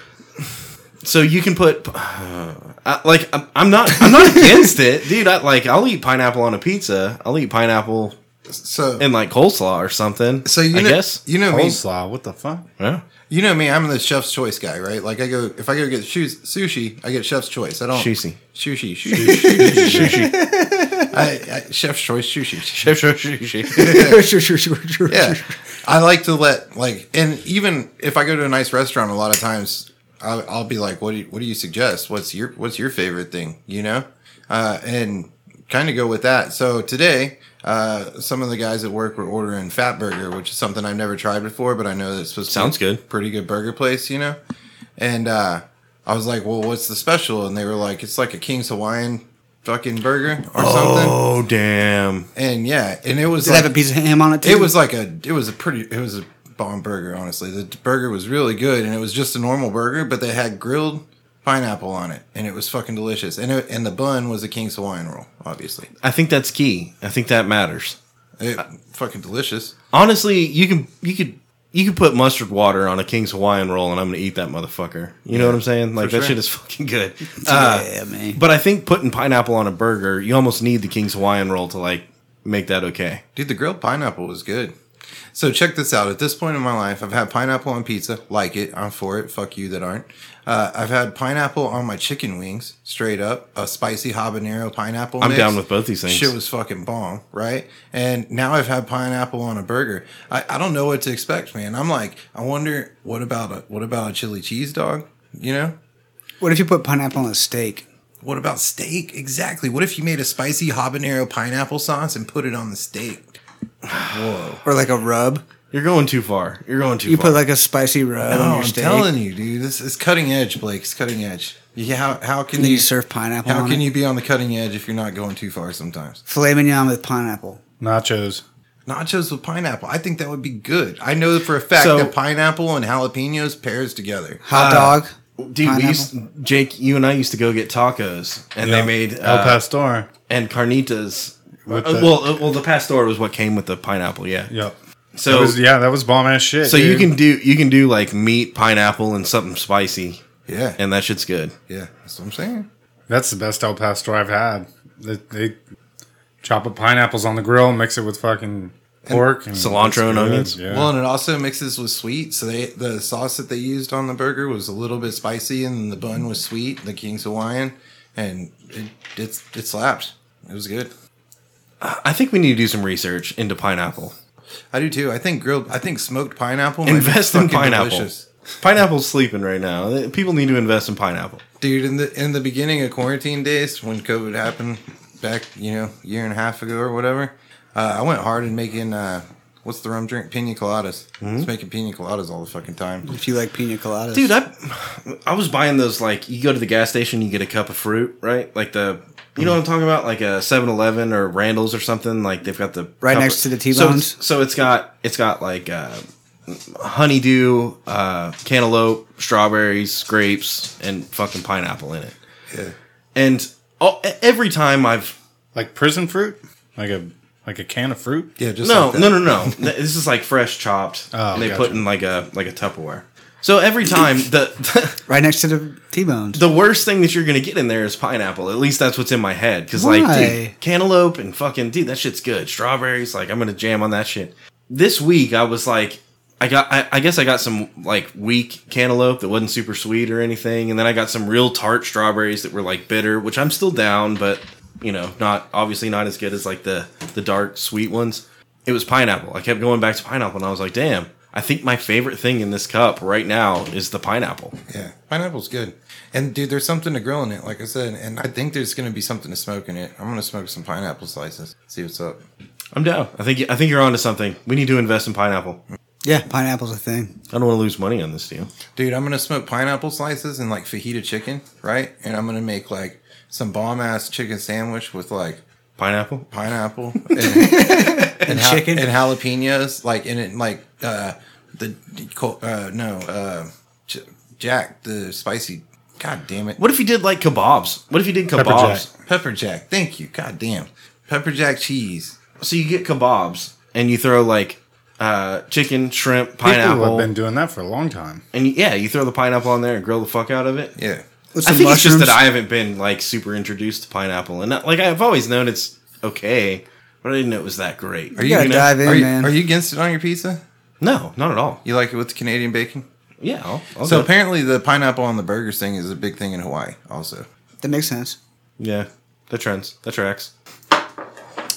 S2: So you can put, <sighs> uh, like, I'm, I'm not, I'm <laughs> not against it, dude. I like, I'll eat pineapple on a pizza. I'll eat pineapple
S1: So
S2: in like coleslaw or something.
S1: so you
S2: I
S1: know
S2: guess,
S1: you know me.
S3: Coleslaw. What the fuck?
S2: <laughs> yeah.
S1: You know me. I'm the chef's choice guy, right? Like I go if I go get shoes, sushi, I get chef's choice. I don't
S2: Sushi.
S1: Sushi. Sushi.
S2: Sushi.
S1: I, I, chef's choice sushi.
S2: Sushi.
S1: Yeah. I like to let like and even if I go to a nice restaurant, a lot of times I'll, I'll be like, "What do you, what do you suggest? What's your what's your favorite thing?" You know, uh, and kind of go with that. So today, uh, some of the guys at work were ordering Fat Burger, which is something I've never tried before, but I know that's supposed
S2: Sounds
S1: to be a
S2: good.
S1: pretty good burger place, you know. And uh, I was like, "Well, what's the special?" And they were like, "It's like a King's Hawaiian fucking burger or something."
S2: Oh damn!
S1: And yeah, and it was
S4: Did it
S1: like,
S4: have a piece of ham on it too?
S1: it was like a it was a pretty it was a bomb burger honestly the burger was really good and it was just a normal burger but they had grilled pineapple on it and it was fucking delicious and it, and the bun was a king's hawaiian roll obviously
S2: I think that's key. I think that matters.
S1: it fucking delicious
S2: Honestly, you can you could you could put mustard water on a King's Hawaiian roll, and I'm gonna eat that motherfucker. You know what I'm saying? Like that
S1: sure.
S2: shit is fucking good.
S4: <laughs>
S2: Uh,
S4: yeah, man.
S2: But I think putting pineapple on a burger, you almost need the King's Hawaiian roll to like make that okay.
S1: dude the grilled pineapple was good so check this out at this point in my life i've had pineapple on pizza like it i'm for it fuck you that aren't uh, i've had pineapple on my chicken wings straight up a spicy habanero pineapple
S2: I'm
S1: mix.
S2: down with both these things.
S1: Shit was fucking bomb, right? And now I've had pineapple on a burger. I, I don't know what to expect, man. I'm like, I wonder what about a what about a chili cheese dog? You know?
S4: what if you put pineapple on a steak?
S1: What about steak? Exactly. What if you made a spicy habanero pineapple sauce and put it on the steak? Whoa.
S4: Or like a rub?
S2: You're going too far. You're going too
S4: You
S2: far.
S4: put like a spicy rub
S1: No,
S4: on
S1: Oh, I'm
S4: your steak.
S1: telling you, dude. This is cutting edge, Blake. It's cutting edge. Yeah, how how can
S4: and then
S1: you,
S4: you serve pineapple
S1: how
S4: on
S1: can
S4: it.
S1: you be on the cutting edge if you're not going too far sometimes?
S4: Filet mignon with pineapple.
S3: Nachos.
S1: Nachos with pineapple. I think that would be good. I know for a fact
S2: So-
S1: that pineapple and jalapenos pairs together.
S4: Hot
S2: Uh,
S4: dog.
S2: Dude, we
S4: pineapple.
S2: used, Jake, you and I used to go get tacos, and
S3: Yeah.
S2: they made
S3: El
S2: uh,
S3: Pastor.
S2: and carnitas.
S3: With
S2: Uh,
S3: the-
S2: well, uh, well, the pastor was what came with the pineapple. Yeah.
S3: Yep.
S2: So
S3: That was- yeah, that was bomb ass shit.
S2: so you
S3: dude.
S2: can do you can do like meat, pineapple, and something spicy,
S1: Yeah.
S2: and that shit's good.
S1: Yeah, that's what I'm saying.
S3: That's the best El Pastor I've had. They, they chop up pineapples on the grill, mix it with fucking pork and
S2: cilantro and
S3: it's good,
S2: onions.
S3: Yeah.
S1: Well, and it also mixes with sweet. So they the sauce that they used on the burger was a little bit spicy, and the bun was sweet. The King's Hawaiian, and it it's it slapped. It was good.
S2: I think we need to do some research into pineapple.
S1: I do too. I think grilled. I think smoked pineapple. might be
S2: Invest in
S1: fucking
S2: pineapple. Pineapple's sleeping right now. People need to invest in pineapple.
S1: dude. In the in the beginning of quarantine days, when COVID happened back, you know, a year and a half ago or whatever, uh, I went hard in making uh, what's the rum drink? Pina coladas. I was making pina coladas all the fucking time.
S4: If you like pina coladas.
S2: Dude, I <sighs> I was buying those like you go to the gas station, you get a cup of fruit, right? Like the you know what I'm talking about, like a 7-Eleven or Randall's or something. Like they've got the
S4: Right
S2: cup
S4: next
S2: of-
S4: to the
S2: So
S4: T-Bones?
S2: it's- So, it's got it's got like uh, honeydew, uh, cantaloupe, strawberries, grapes, and fucking pineapple in it.
S1: Yeah.
S2: And all, every time I've
S3: Like prison fruit? Like a like a can of fruit?
S1: Yeah, just
S2: no,
S1: like that.
S2: no, no, no. <laughs> Th- This is like fresh chopped.
S3: Oh,
S2: and they
S3: gotcha.
S2: put in like a like a Tupperware. So every time the <laughs>
S4: right next to the T-bones.
S2: the worst thing that you're gonna get in there is pineapple. At least that's what's in my head. Because like,
S4: Why?
S2: dude, cantaloupe and fucking dude, that shit's good. Strawberries, like I'm gonna jam on that shit. This week I was like, I got, I, I guess I got some like weak cantaloupe that wasn't super sweet or anything, and then I got some real tart strawberries that were like bitter, which I'm still down, but you know, not obviously not as good as like the the dark sweet ones. It was pineapple. I kept going back to pineapple, and I was like, damn. I think my favorite thing in this cup right now is the pineapple.
S1: Yeah, pineapple's good. And dude, there's something to grill in it, like I said. And I think there's gonna be something to smoke in it. I'm gonna smoke some pineapple slices. See what's up.
S2: I'm down. I think I think you're onto something. We need to invest in pineapple. I
S4: Yeah, pineapple's a thing.
S2: don't want to lose money on this deal.
S1: Dude, I'm gonna smoke pineapple slices and like fajita chicken, right? And I'm gonna make like some bomb ass chicken sandwich with like
S2: Pineapple.
S1: pineapple and, and ha-
S4: chicken?
S1: and jalapenos, like in it, like uh, the co- uh, no uh, J- Jack the spicy. God damn it!
S2: What if you did like kebabs? What if you did
S3: Pepper
S2: kebabs?
S1: Pepper Jack. Thank you. God damn. Pepper Jack cheese.
S2: So you get kebabs and you throw like uh, chicken, shrimp,
S3: People
S2: pineapple,
S3: have been doing that for a long time.
S2: and you, yeah, you throw the pineapple on there and grill the fuck out of it.
S1: Yeah.
S4: With
S2: I
S4: some
S2: think it's just
S4: mushrooms.
S2: that I haven't been like super introduced to pineapple, and not, like I've always known it's okay, but I didn't know it was that great.
S1: you
S4: gotta
S2: know?
S4: dive in,
S1: are you,
S4: man.
S1: Are you against it on your pizza?
S2: No, not at all.
S1: You like it with the Canadian bacon?
S2: Yeah. I'll, I'll
S1: So
S2: do it.
S1: apparently, the pineapple on the burgers thing is a big thing in Hawaii. Also,
S4: that makes sense.
S2: Yeah, that trends. That tracks.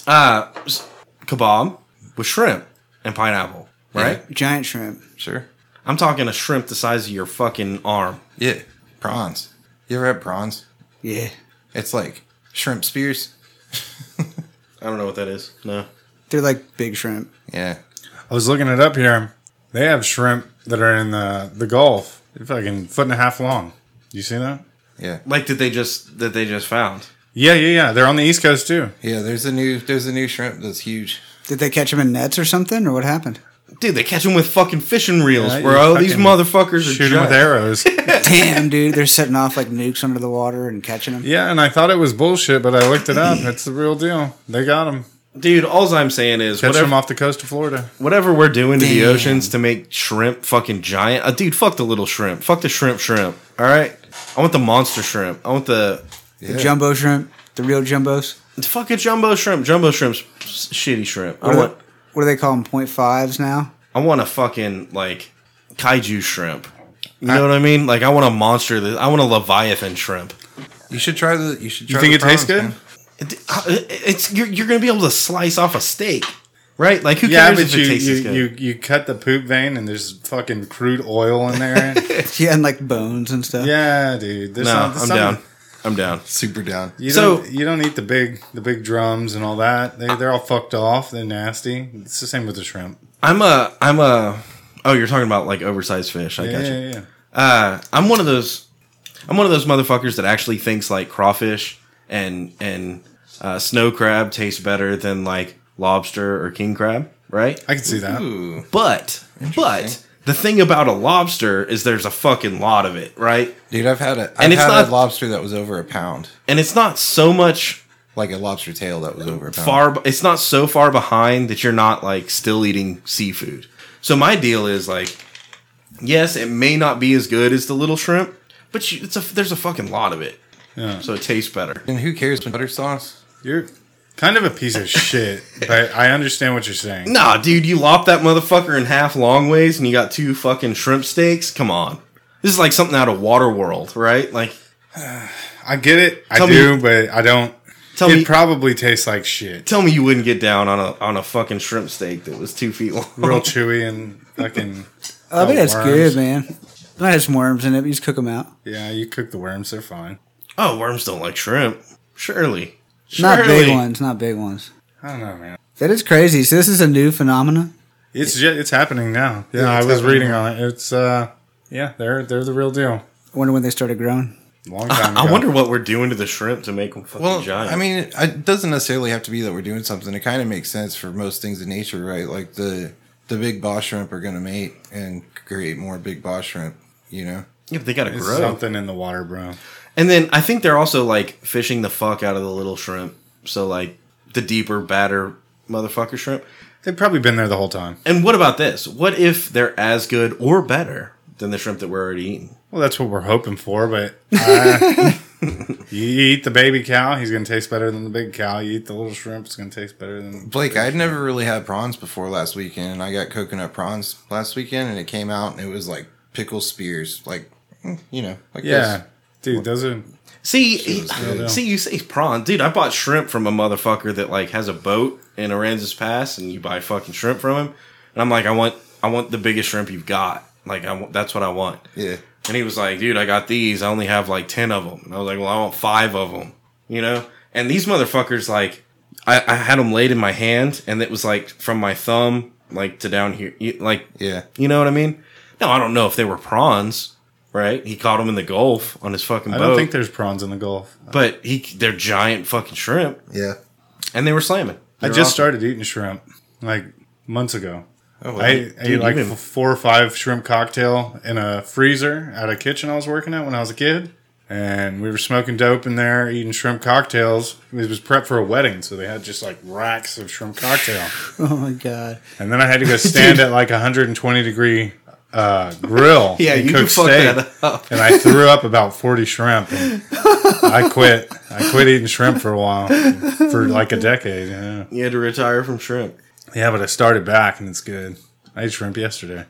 S2: Uh, s- kebab with shrimp and pineapple, right?
S4: Giant shrimp.
S1: sure.
S2: I'm talking a shrimp the size of your fucking arm.
S1: Yeah, prawns. You ever had prawns?
S4: Yeah.
S1: It's like shrimp spears.
S2: I don't know what that is. No.
S4: They're like big shrimp.
S1: Yeah.
S3: I was looking it up here. They have shrimp that are in the the Gulf. They're fucking foot and a half long. You see that?
S1: Yeah.
S2: Like that they just that they just found.
S3: Yeah, yeah, yeah. They're on the East Coast too.
S1: Yeah, there's a new there's a new shrimp that's huge.
S4: Did they catch them in nets or something, or
S2: <laughs>
S4: what happened?
S2: Dude, they catch them with fucking fishing reels,
S3: Yeah,
S2: bro.
S3: you
S2: These
S3: fucking
S2: motherfuckers are
S3: Shoot them with
S2: giant. <laughs>
S3: arrows.
S4: Damn, dude, they're setting off like nukes under the water and catching them.
S3: yeah, and I thought it was bullshit, but I looked
S2: <laughs>
S3: it up. It's the real deal. They got them.
S2: Dude, all I'm saying is
S3: Catch
S2: whatever,
S3: them off the coast of Florida.
S2: whatever we're doing to the
S4: Damn.
S2: oceans to make shrimp fucking giant. Uh, dude, fuck the little shrimp. Fuck the shrimp shrimp. All right? I want the monster shrimp. I want the
S4: The jumbo shrimp, the real jumbos.
S2: fuck a jumbo shrimp. Jumbo shrimp's s- shitty shrimp. I
S4: What,
S2: want
S4: what do they call them? Point fives now. <laughs>
S2: I want a fucking like kaiju shrimp. You know what I mean? Like I want a monster. That, I want a leviathan shrimp.
S1: You should try the you should try
S3: think
S1: the
S3: it tastes good?
S1: man.
S2: It- I- It's you're, you're gonna be able to slice off a steak, right? Like who
S3: Yeah,
S2: cares
S3: but
S2: if
S3: you
S2: it tastes
S3: you,
S2: as good?
S3: you you cut the poop vein and there's fucking crude oil in there.
S2: <laughs>
S4: Yeah, and like bones and stuff.
S3: yeah, dude. There's
S2: no,
S3: some- there's
S2: I'm
S3: some-
S2: down. I'm down.
S1: Super down.
S3: You
S2: So-
S3: don't, you don't eat the big the big drums and all that. They they're all fucked off. They're nasty. It's the same with the shrimp.
S2: I'm a I'm a. Oh, you're talking about like oversized fish. I
S3: Yeah,
S2: got you.
S3: yeah, yeah.
S2: Uh, I'm one of those. I'm one of those motherfuckers that actually thinks like crawfish and and uh, snow crab taste better than like lobster or king crab, right?
S3: I can see that.
S1: Ooh.
S2: But but the thing about a lobster is there's a fucking lot of it, right?
S1: Dude, I've had a I've
S2: And it's
S1: had
S2: not-
S1: a lobster that was over a pound.
S2: And it's not so much
S1: Like a lobster tail that was over a pound.
S2: far it's not so far behind that you're not like still eating seafood. So my deal is like yes, it may not be as good as the little shrimp, but you, it's a there's a fucking lot of it.
S3: Yeah.
S2: So it tastes better.
S1: And who cares butter sauce?
S3: You're kind of a piece of shit, but I understand what you're saying.
S2: Nah, dude, you lop that motherfucker in half long ways and you got two fucking shrimp steaks? Come on. This is like something out of Waterworld, right? Like
S3: I get it. I
S2: Tell me-
S3: do, but I don't.
S2: tell
S3: it
S2: me
S3: probably tastes like shit.
S2: tell me you wouldn't get down on a on a fucking shrimp steak that was 2 feet long. <laughs>
S3: Real chewy and fucking.
S4: I bet
S3: Oh,
S4: that's
S3: worms.
S4: good, man. I might have some worms in it. But you just cook them out.
S3: Yeah, you cook the worms. They're fine.
S2: Oh, worms don't like shrimp. Surely.
S4: Not
S2: Surely.
S4: big ones. Not big ones.
S3: I don't know, man.
S4: That is crazy. So this is a new phenomenon.
S3: It's ju- it's happening now. Yeah, I
S1: it's
S3: was
S1: happening
S3: reading on it. It's uh, yeah, they're they're the real deal.
S4: I wonder when they started growing.
S3: Long
S2: <laughs>
S3: time.
S2: I
S3: ago.
S2: wonder what we're doing to the shrimp to make them fucking
S1: Well,
S2: giant.
S1: I mean, it doesn't necessarily have to be that we're doing something. It kind of makes sense for most things in nature, right? Like the the big boss shrimp are going to mate and create more big boss shrimp. You know,
S2: yeah, but they gotta
S3: It's
S2: grow.
S3: something in the water, bro.
S2: And then I think they're also like fishing the fuck out of the little shrimp. So like the deeper, badder motherfucker shrimp.
S3: They've probably been there the whole time.
S2: And what about this? What if they're as good or better than the shrimp that we're already eating?
S3: Well, that's what we're hoping for, but uh, <laughs> you eat the baby cow, he's going to taste better than the big cow. You eat the little shrimp, it's going to taste better than.
S1: Blake, I'd never really had prawns before last weekend, and I got coconut prawns last weekend, and it came out and it was like pickle spears, like mm, you know, like
S3: Yeah, dude, those are.
S2: See,
S3: good.
S2: see, you say prawns, dude. I bought shrimp from a motherfucker that like has a boat in Aransas Pass, and you buy fucking shrimp from him. And I'm like, I want, I want the biggest shrimp you've got. Like, I want, that's what I want.
S1: this. yeah.
S2: And he was like, dude, I got these. I only have like 10 of them. And I was like, well, I want five of them, you know? And these motherfuckers, like, I, I had them laid in my hand and it was like from my thumb, like to down here. You- Like,
S1: Yeah.
S2: You know what I mean? No, I don't know if they were prawns, right? He caught them in the Gulf on his fucking
S3: I
S2: boat.
S3: don't think there's prawns in the Gulf.
S2: but he, they're giant fucking shrimp
S1: Yeah.
S2: and they were slamming.
S3: I
S2: They were
S3: just
S2: awesome.
S3: started eating shrimp like months ago.
S1: Oh,
S3: I, I ate
S2: you
S3: like
S2: didn't-
S3: f- four or five shrimp cocktail in a freezer at a kitchen I was working at when I was a kid. And we were smoking dope in there, eating shrimp cocktails. It was prep for a wedding, so they had just like racks of shrimp cocktail.
S4: Oh <laughs> my god.
S3: And then I had
S2: <laughs>
S3: to go stand at like a 120 degree uh, grill.
S2: <laughs> Yeah,
S3: and
S2: you
S3: cook
S2: can fuck
S3: steak.
S2: that up.
S3: And I threw up about 40 shrimp. And I quit. I quit eating shrimp for a while, for like a decade. Yeah.
S2: You had to retire from shrimp.
S3: yeah, but I started back and it's good. I ate shrimp yesterday.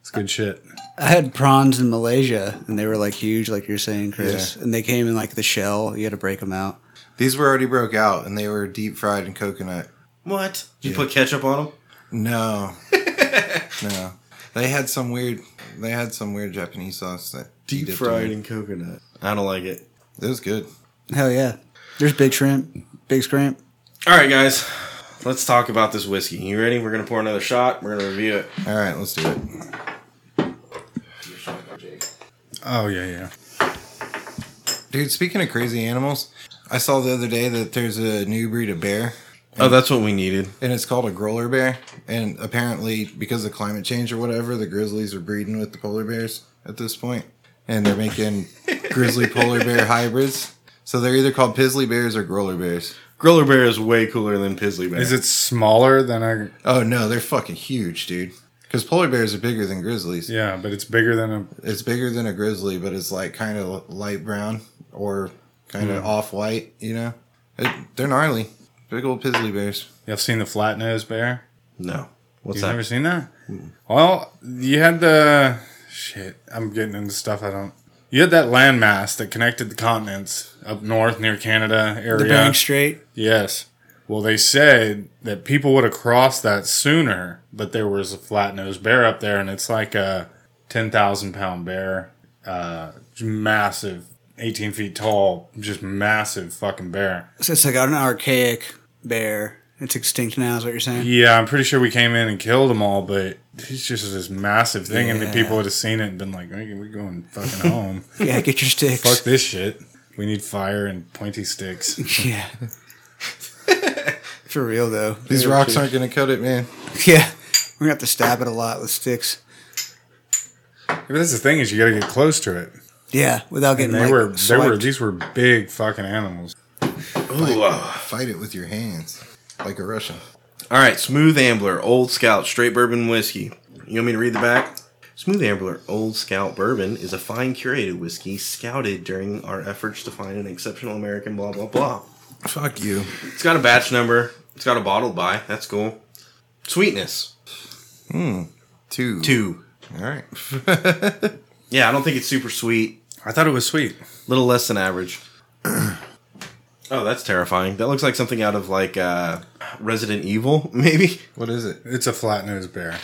S3: It's good shit.
S4: I had prawns in Malaysia, and they were like huge, like you're saying, Chris. And they came in like the shell. You had to break them out.
S1: These were already broke out, and they were deep fried in coconut.
S2: What? You put ketchup on them?
S1: No, no, they had some weird. They had some weird Japanese sauce that he
S2: Deep
S1: dipped
S2: fried
S1: in.
S2: in coconut. I don't like it.
S1: It was good.
S4: Hell yeah. There's big shrimp. Big Scramp.
S2: All right, guys. Let's talk about this whiskey. You ready? We're gonna pour another shot. We're gonna review it.
S1: All right, let's do it.
S3: Oh yeah, yeah.
S1: Dude, speaking of crazy animals, I saw the other day that there's a new breed of bear,
S2: Oh, that's what we needed.
S1: and it's called a growler bear. And apparently, because of climate change or whatever, the grizzlies are breeding with the polar bears at this point, and they're making grizzly polar bear hybrids. So they're either called pizzly bears or growler bears.
S2: Griller Bear is way cooler than Pizzly Bear.
S3: Is it smaller than a?
S1: Oh no, they're fucking huge, dude. Because polar bears are bigger than grizzlies.
S3: Yeah, but it's bigger than a.
S1: It's bigger than a grizzly, but it's like kind of light brown or kind of off white. You know, it, they're gnarly, big old pizzly bears.
S3: You've seen the flat nosed bear?
S2: No. What's
S3: You've
S2: that?
S3: never seen that? Hmm. Well, you had the shit. I'm getting into stuff I don't. You had that landmass that connected the continents up north near Canada area.
S4: The Bering Strait.
S3: Yes. Well, they said that people would have crossed that sooner, but there was a flat nosed bear up there, and it's like a 10,000 pound bear, uh, massive, 18 feet tall, just massive fucking bear.
S4: So it's like an archaic bear. It's extinct now, is what you're saying?
S3: Yeah, I'm pretty sure we came in and killed them all, but it's just this massive thing, and the
S4: Yeah.
S3: people would have seen it and been like, "Hey, we're going fucking
S4: <laughs>
S3: home.
S4: Yeah, get your sticks.
S3: Fuck this shit. We need fire and pointy sticks.
S4: <laughs> Yeah. For real though.
S1: These rocks aren't gonna cut it, man.
S4: <laughs> Yeah. We're gonna have to stab it a lot with sticks.
S3: But that's the thing is you got to get close to it.
S4: Yeah, without getting
S3: And they
S4: like,
S3: were, they were,
S4: swiped.
S3: these were big fucking animals.
S2: Ooh, uh,
S1: Fight it with your hands, like a Russian.
S2: All right, Smooth Ambler, Old Scout, Straight Bourbon Whiskey. You want me to read the back? Smooth Ambler, Old Scout Bourbon is a fine curated whiskey scouted during our efforts to find an exceptional American blah, blah, blah.
S1: Fuck you.
S2: It's got a batch number, it's got a bottle by. That's cool. Sweetness,
S1: Two.
S2: two.
S1: All right.
S2: Yeah, I don't think it's super sweet.
S3: I thought it was sweet.
S2: little less than average. <clears throat> oh, that's terrifying. That looks like something out of like uh, Resident Evil, <laughs> maybe.
S1: What is it?
S3: It's a flat nosed bear.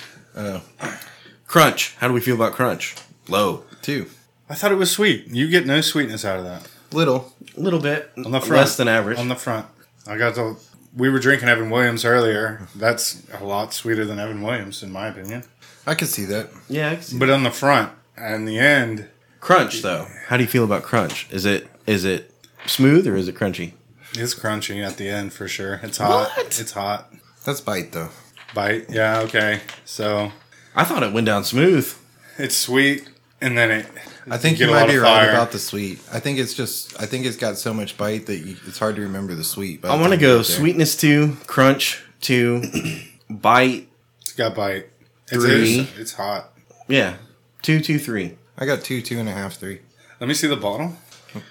S2: Crunch. How do we feel about crunch? Low.
S1: Two.
S3: I thought it was sweet. You get no sweetness out of that
S1: Little.
S2: A little bit. On
S3: the front.
S2: Less than average.
S3: on the front. I got to. We were drinking Evan Williams earlier. That's a lot sweeter than Evan Williams, in my opinion.
S1: I could see that.
S2: yeah. I can see
S3: But on the front and the end,
S2: Crunch though. How do you feel about crunch? Is it is it smooth or is it crunchy?
S3: it's crunchy at the end for sure. It's hot. It's hot.
S1: That's bite though.
S3: Bite. Yeah. Okay. So
S2: I thought it went down smooth.
S3: it's sweet, and then it.
S1: I think
S3: get
S1: you
S3: a lot
S1: might be
S3: of
S1: right
S3: fire.
S1: about the sweet. I think it's just. I think it's got so much bite that you, it's hard to remember the sweet. by
S2: I
S1: the
S2: want to
S1: time you
S2: go
S1: get there.
S2: sweetness two, crunch two, bite.
S3: It's got bite. It's,
S2: Three.
S3: it's, it's hot.
S2: Yeah, two, two, three.
S1: I got two, two and a half, three.
S3: Let me see the bottle.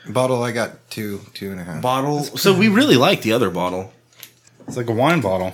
S1: Bottle. I got two, two and a half.
S2: Bottle. So we really liked the other bottle.
S3: It's like a wine bottle.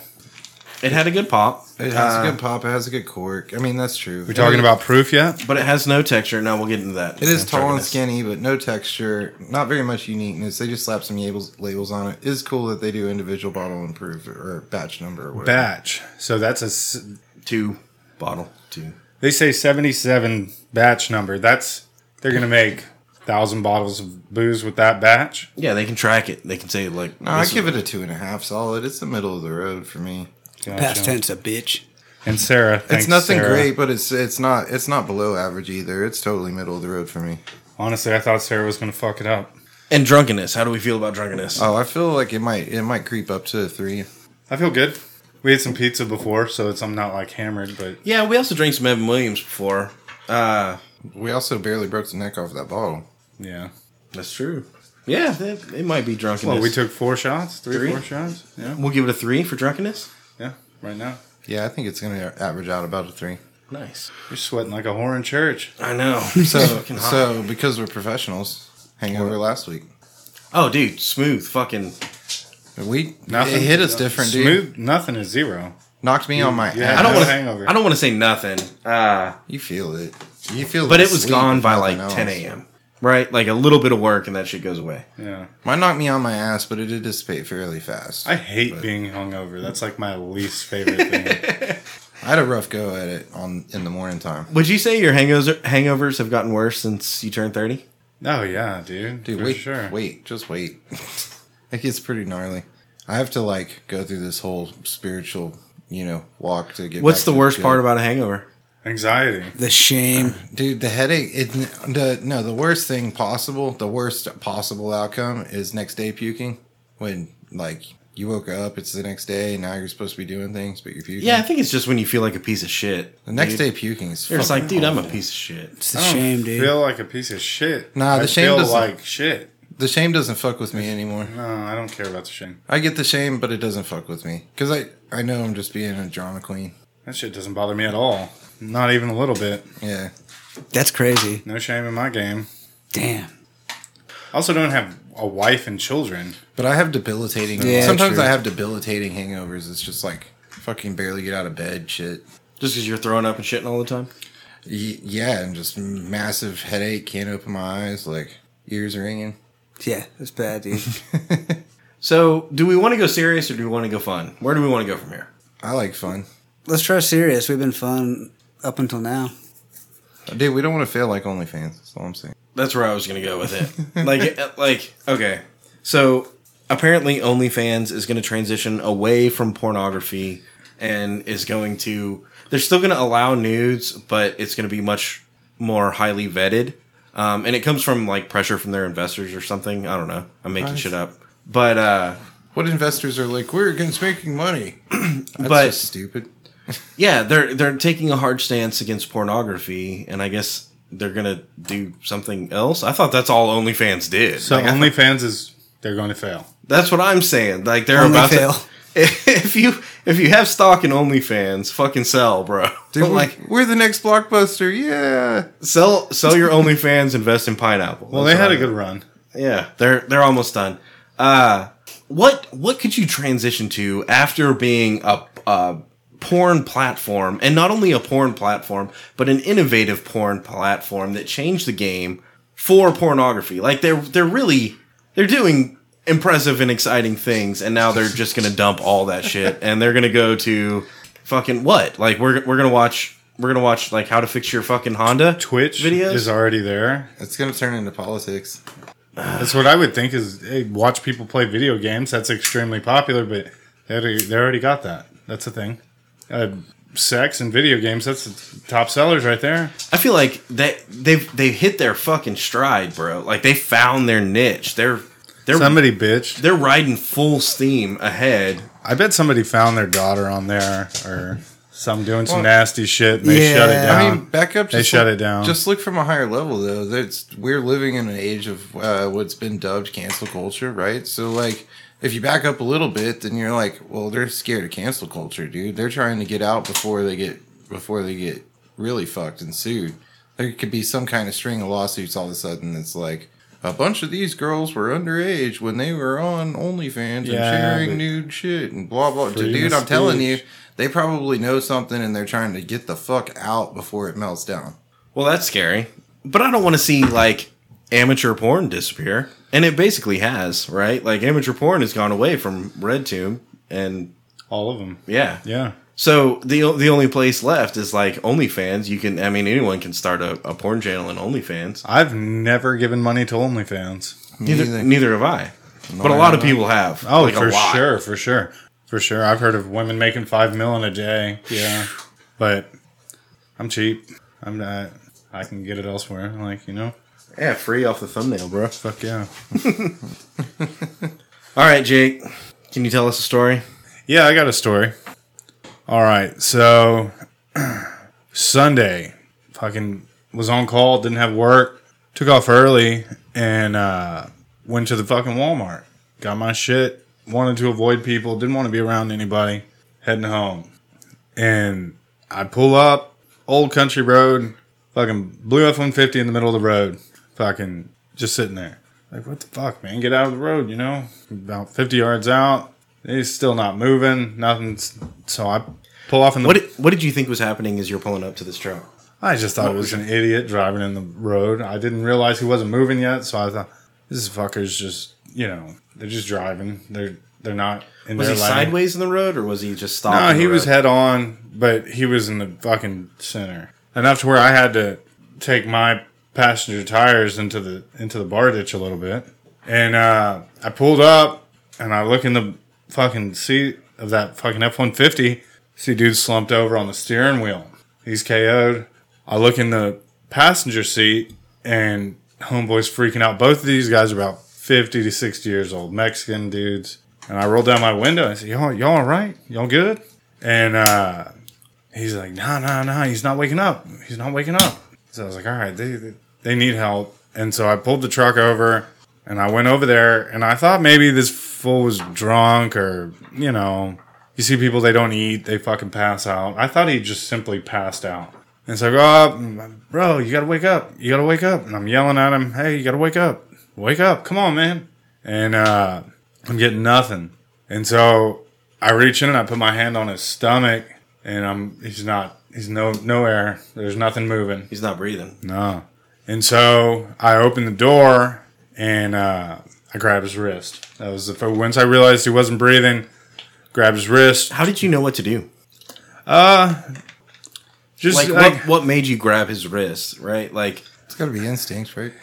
S2: It had a good pop,
S1: It has a good pop. It has a good cork. I mean, that's true.
S3: uh, We're
S2: Mm.
S3: talking about proof yet?
S2: but it has no texture. Now we'll get into that.
S1: It is tall and
S2: Drunkenness.
S1: skinny, but no texture. Not very much uniqueness. They just slap some labels labels on it. It's cool that they do individual bottle improve or batch number or whatever.
S3: Batch. So that's a s-
S2: Two bottle. Two.
S3: They say 77 batch number. That's they're going to make 1000 bottles of booze with that batch.
S2: Yeah, they can track it. They can say like.
S1: No, I
S2: this is-
S1: give it a two and a half solid. It's the middle of the road for me.
S4: past
S3: Gotcha.
S4: tense, a bitch.
S3: And Sarah, thanks,
S1: it's nothing
S3: Sarah.
S1: great, but it's it's not it's not below average either. It's totally middle of the road for me.
S3: Honestly, I thought Sarah was going to fuck it up.
S2: And drunkenness. How do we feel about drunkenness?
S1: Oh, I feel like it might it might creep up to a three.
S3: I feel good. We had some pizza before, so it's I'm not like hammered, but
S2: yeah, we also drank some Evan Williams before. Uh,
S1: We also barely broke the neck off that bottle.
S3: yeah.
S2: That's true. Yeah, it, it might be drunkenness.
S3: Well, we took four shots, three,
S2: Three?
S3: four shots. Yeah.
S2: will give it a three for drunkenness.
S3: Yeah, right now.
S1: Yeah, I think it's gonna average out about a three.
S2: Nice.
S3: You're sweating like a whore in church.
S2: I
S1: <laughs>
S2: know.
S1: So
S2: Fucking hot.
S1: so because we're professionals, hangover last week.
S2: oh, dude, smooth. Fucking.
S1: We
S3: Nothing
S1: it hit us different, dude.
S3: Smooth, nothing is zero.
S1: Knocked me on my
S3: yeah.
S1: ass.
S2: I don't
S3: No
S2: want to.
S3: hangover.
S2: I don't want to say nothing. Uh,
S1: You feel it. You feel
S2: but
S1: the
S2: it was
S1: sleep,
S2: gone
S1: if
S2: by like
S1: nothing
S2: ten
S1: else.
S2: a.m. Right, like a little bit of work and that shit goes away.
S3: Yeah.
S1: Mine knocked me on my ass, but it did dissipate fairly fast.
S3: I
S1: I,
S3: hate being hungover. That's like my least favorite thing.
S1: <laughs> had a rough go at it on in the morning time.
S2: Would you say your hangovers hangovers have gotten worse since you turned thirty?
S3: oh yeah, dude.
S1: Dude,
S3: for
S1: wait, <laughs>
S3: sure.
S1: wait, just wait. it gets pretty gnarly. I have to like go through this whole spiritual, you know, walk to get.
S2: What's
S1: back
S2: the
S1: to
S2: worst
S1: good.
S2: part about a hangover?
S3: Anxiety.
S4: The shame.
S1: Dude, the headache. It, the no, the worst thing possible, the worst possible outcome is next day puking. When like you woke up, it's the next day. Now you're supposed to be doing things, but you're puking.
S2: Yeah, I think it's just when you feel like a piece of shit.
S1: The next
S2: dude.
S1: day puking is.
S2: you're just like,
S1: fucking
S2: dude, I'm a
S1: awful.
S2: piece of shit.
S4: It's the
S3: I don't
S4: shame, dude.
S3: Feel like a piece of shit.
S1: Nah, the
S3: I
S1: shame
S3: Feel
S1: doesn't-
S3: like shit.
S1: The shame doesn't fuck with me anymore.
S3: No, I don't care about the shame.
S1: I get the shame, but it doesn't fuck with me because I I know I'm just being a drama queen.
S3: That shit doesn't bother me at all. Not even a little bit.
S1: Yeah.
S4: That's crazy.
S3: No shame in my game.
S4: Damn.
S3: I also don't have a wife and children.
S1: But I have debilitating.
S4: Yeah,
S1: sometimes
S4: true.
S1: I have debilitating hangovers. It's just like fucking barely get out of bed, shit.
S2: Just because you're throwing up and shitting all the time.
S1: Y- yeah, and just massive headache. Can't open my eyes. Like ears ringing.
S4: Yeah, that's
S2: <laughs>
S4: bad, dude.
S2: So, do we want to go serious or do we want to go fun? Where do we want to go from here?
S1: I like fun,
S4: Let's try serious. We've been fun up until now.
S1: dude. We don't want to fail like OnlyFans. That's all I'm saying.
S2: That's where I was gonna go with it. like, uh, like, okay. So apparently, OnlyFans is gonna transition away from pornography and is going to. They're still gonna allow nudes, but it's gonna be much more highly vetted. Um, and it comes from like pressure from their investors or something. I don't know. I'm making shit up, but uh,
S1: What investors are like? We're against making money. <clears throat> That's
S2: But-
S1: just stupid.
S2: yeah, they're they're taking a hard stance against pornography, and I guess they're gonna do something else. I thought that's all OnlyFans did.
S3: So
S2: Like, I
S3: OnlyFans is they're going to fail.
S2: That's what I'm saying. Like they're
S4: Only
S2: about
S4: fail.
S2: to. <laughs> If you if you have stock in OnlyFans, fucking sell, bro.
S1: Dude, we're,
S2: <laughs> like
S1: we're the next blockbuster. Yeah.
S2: sell sell your OnlyFans, invest in pineapple.
S3: Well,
S2: That's
S3: they had
S2: what
S3: a good run.
S2: I- yeah. They're they're almost done. Uh, what what could you transition to after being a, a porn platform, and not only a porn platform, but an innovative porn platform that changed the game for pornography? Like they're they're really they're doing impressive and exciting things, and now they're just gonna dump all that shit, and they're gonna go to fucking what? Like we're we're gonna watch. We're gonna watch like how to fix your fucking Honda
S3: Twitch
S2: videos.
S3: is already there.
S1: It's gonna turn into politics.
S3: That's what I would think is hey, watch people play video games. That's extremely popular, but they already, they already got that. That's a thing. Uh, sex and video games. That's the top sellers right there.
S2: I feel like that they've they've hit their fucking stride, bro. Like they found their niche. They're they're
S3: Somebody bitched.
S2: they're riding full steam ahead.
S3: I bet somebody found their daughter on there or some doing some nasty shit and they
S4: Yeah.
S3: shut it down.
S1: I mean, back up.
S3: They
S1: just
S3: shut
S1: look-
S3: it down.
S1: Just look from a higher level, though. That's we're living in an age of uh, what's been dubbed cancel culture, right? So, like, if you back up a little bit, then you're like, well, they're scared of cancel culture, dude. They're trying to get out before they get before they get really fucked and sued. There could be some kind of string of lawsuits all of a sudden. It's like. A bunch of these girls were underage when they were on OnlyFans
S3: Yeah,
S1: and
S3: but-
S1: sharing nude shit and blah blah.
S3: Freedom
S1: Dude,
S3: of
S1: I'm telling you,
S3: speech.
S1: they probably know something and they're trying to get the fuck out before it melts down.
S2: Well, that's scary. But I don't want to see like amateur porn disappear, and it basically has, right? Like amateur porn has gone away from RedTube, and
S3: All of them.
S2: yeah.
S3: Yeah.
S2: So the o- the only place left is like OnlyFans. You can, I mean, anyone can start a, a porn channel in OnlyFans.
S3: I've never given money to OnlyFans.
S2: Neither
S1: either.
S2: neither have I, but a lot of people have.
S3: Oh,
S2: Like, a
S3: for
S2: lot.
S3: sure, for sure, for sure. I've heard of women making five mil in a day. Yeah, but I'm cheap. I'm not. I can get it elsewhere. Like you know,
S2: Yeah, free off the thumbnail, bro.
S3: fuck yeah.
S2: All right, Jake. Can you tell us a story?
S3: Yeah, I got a story. All right, so Sunday, fucking was on call, didn't have work, took off early, and uh, went to the fucking Walmart. Got my shit. Wanted to avoid people. Didn't want to be around anybody. Heading home, and I pull up Old Country Road. Fucking blue F one fifty in the middle of the road. Fucking just sitting there. Like what the fuck, man? Get out of the road, you know. About fifty yards out. He's still not moving. Nothing's. So I pull off in the.
S2: What did, what did you think was happening as you're pulling up to this truck?
S3: I just thought it was an idiot driving in the road. I didn't realize he wasn't moving yet, so I thought this fucker's just you know they're just driving. They're they're not in
S2: Was
S3: their
S2: he
S3: lane.
S2: sideways in the road or was he just stopped?
S3: No,
S2: in the
S3: he was
S2: road?
S3: head on, but he was in the fucking center enough to where I had to take my passenger tires into the into the bar ditch a little bit, and uh, I pulled up and I look in the fucking seat of that fucking F one fifty. See, dude slumped over on the steering wheel. He's KO'd. I look in the passenger seat, and homeboy's freaking out. Both of these guys are about fifty to sixty years old, Mexican dudes. And I roll down my window and I say, "Y'all, y'all all right? Y'all good?" And uh, he's like, "No, no, no. He's not waking up. He's not waking up." So I was like, "All right, they they- they need help." And so I pulled the truck over. And I went over there and I thought maybe this fool was drunk or, you know, you see people, they don't eat, they fucking pass out. I thought he just simply passed out. And so I go up, and I'm, bro, you gotta wake up. You gotta wake up. And I'm yelling at him, hey, you gotta wake up. Wake up. Come on, man. And uh, I'm getting nothing. And so I reach in and I put my hand on his stomach and I'm, he's not, he's no, no air. There's nothing moving.
S2: He's not breathing.
S3: No. And so I opened the door and uh, I grabbed his wrist. That was the fir- once I realized he wasn't breathing. Grabbed his wrist.
S2: How did you know what to do?
S3: Just
S2: Like,
S3: like,
S2: what, what made you grab his wrist, right? Like,
S1: It's got to be instinct, right?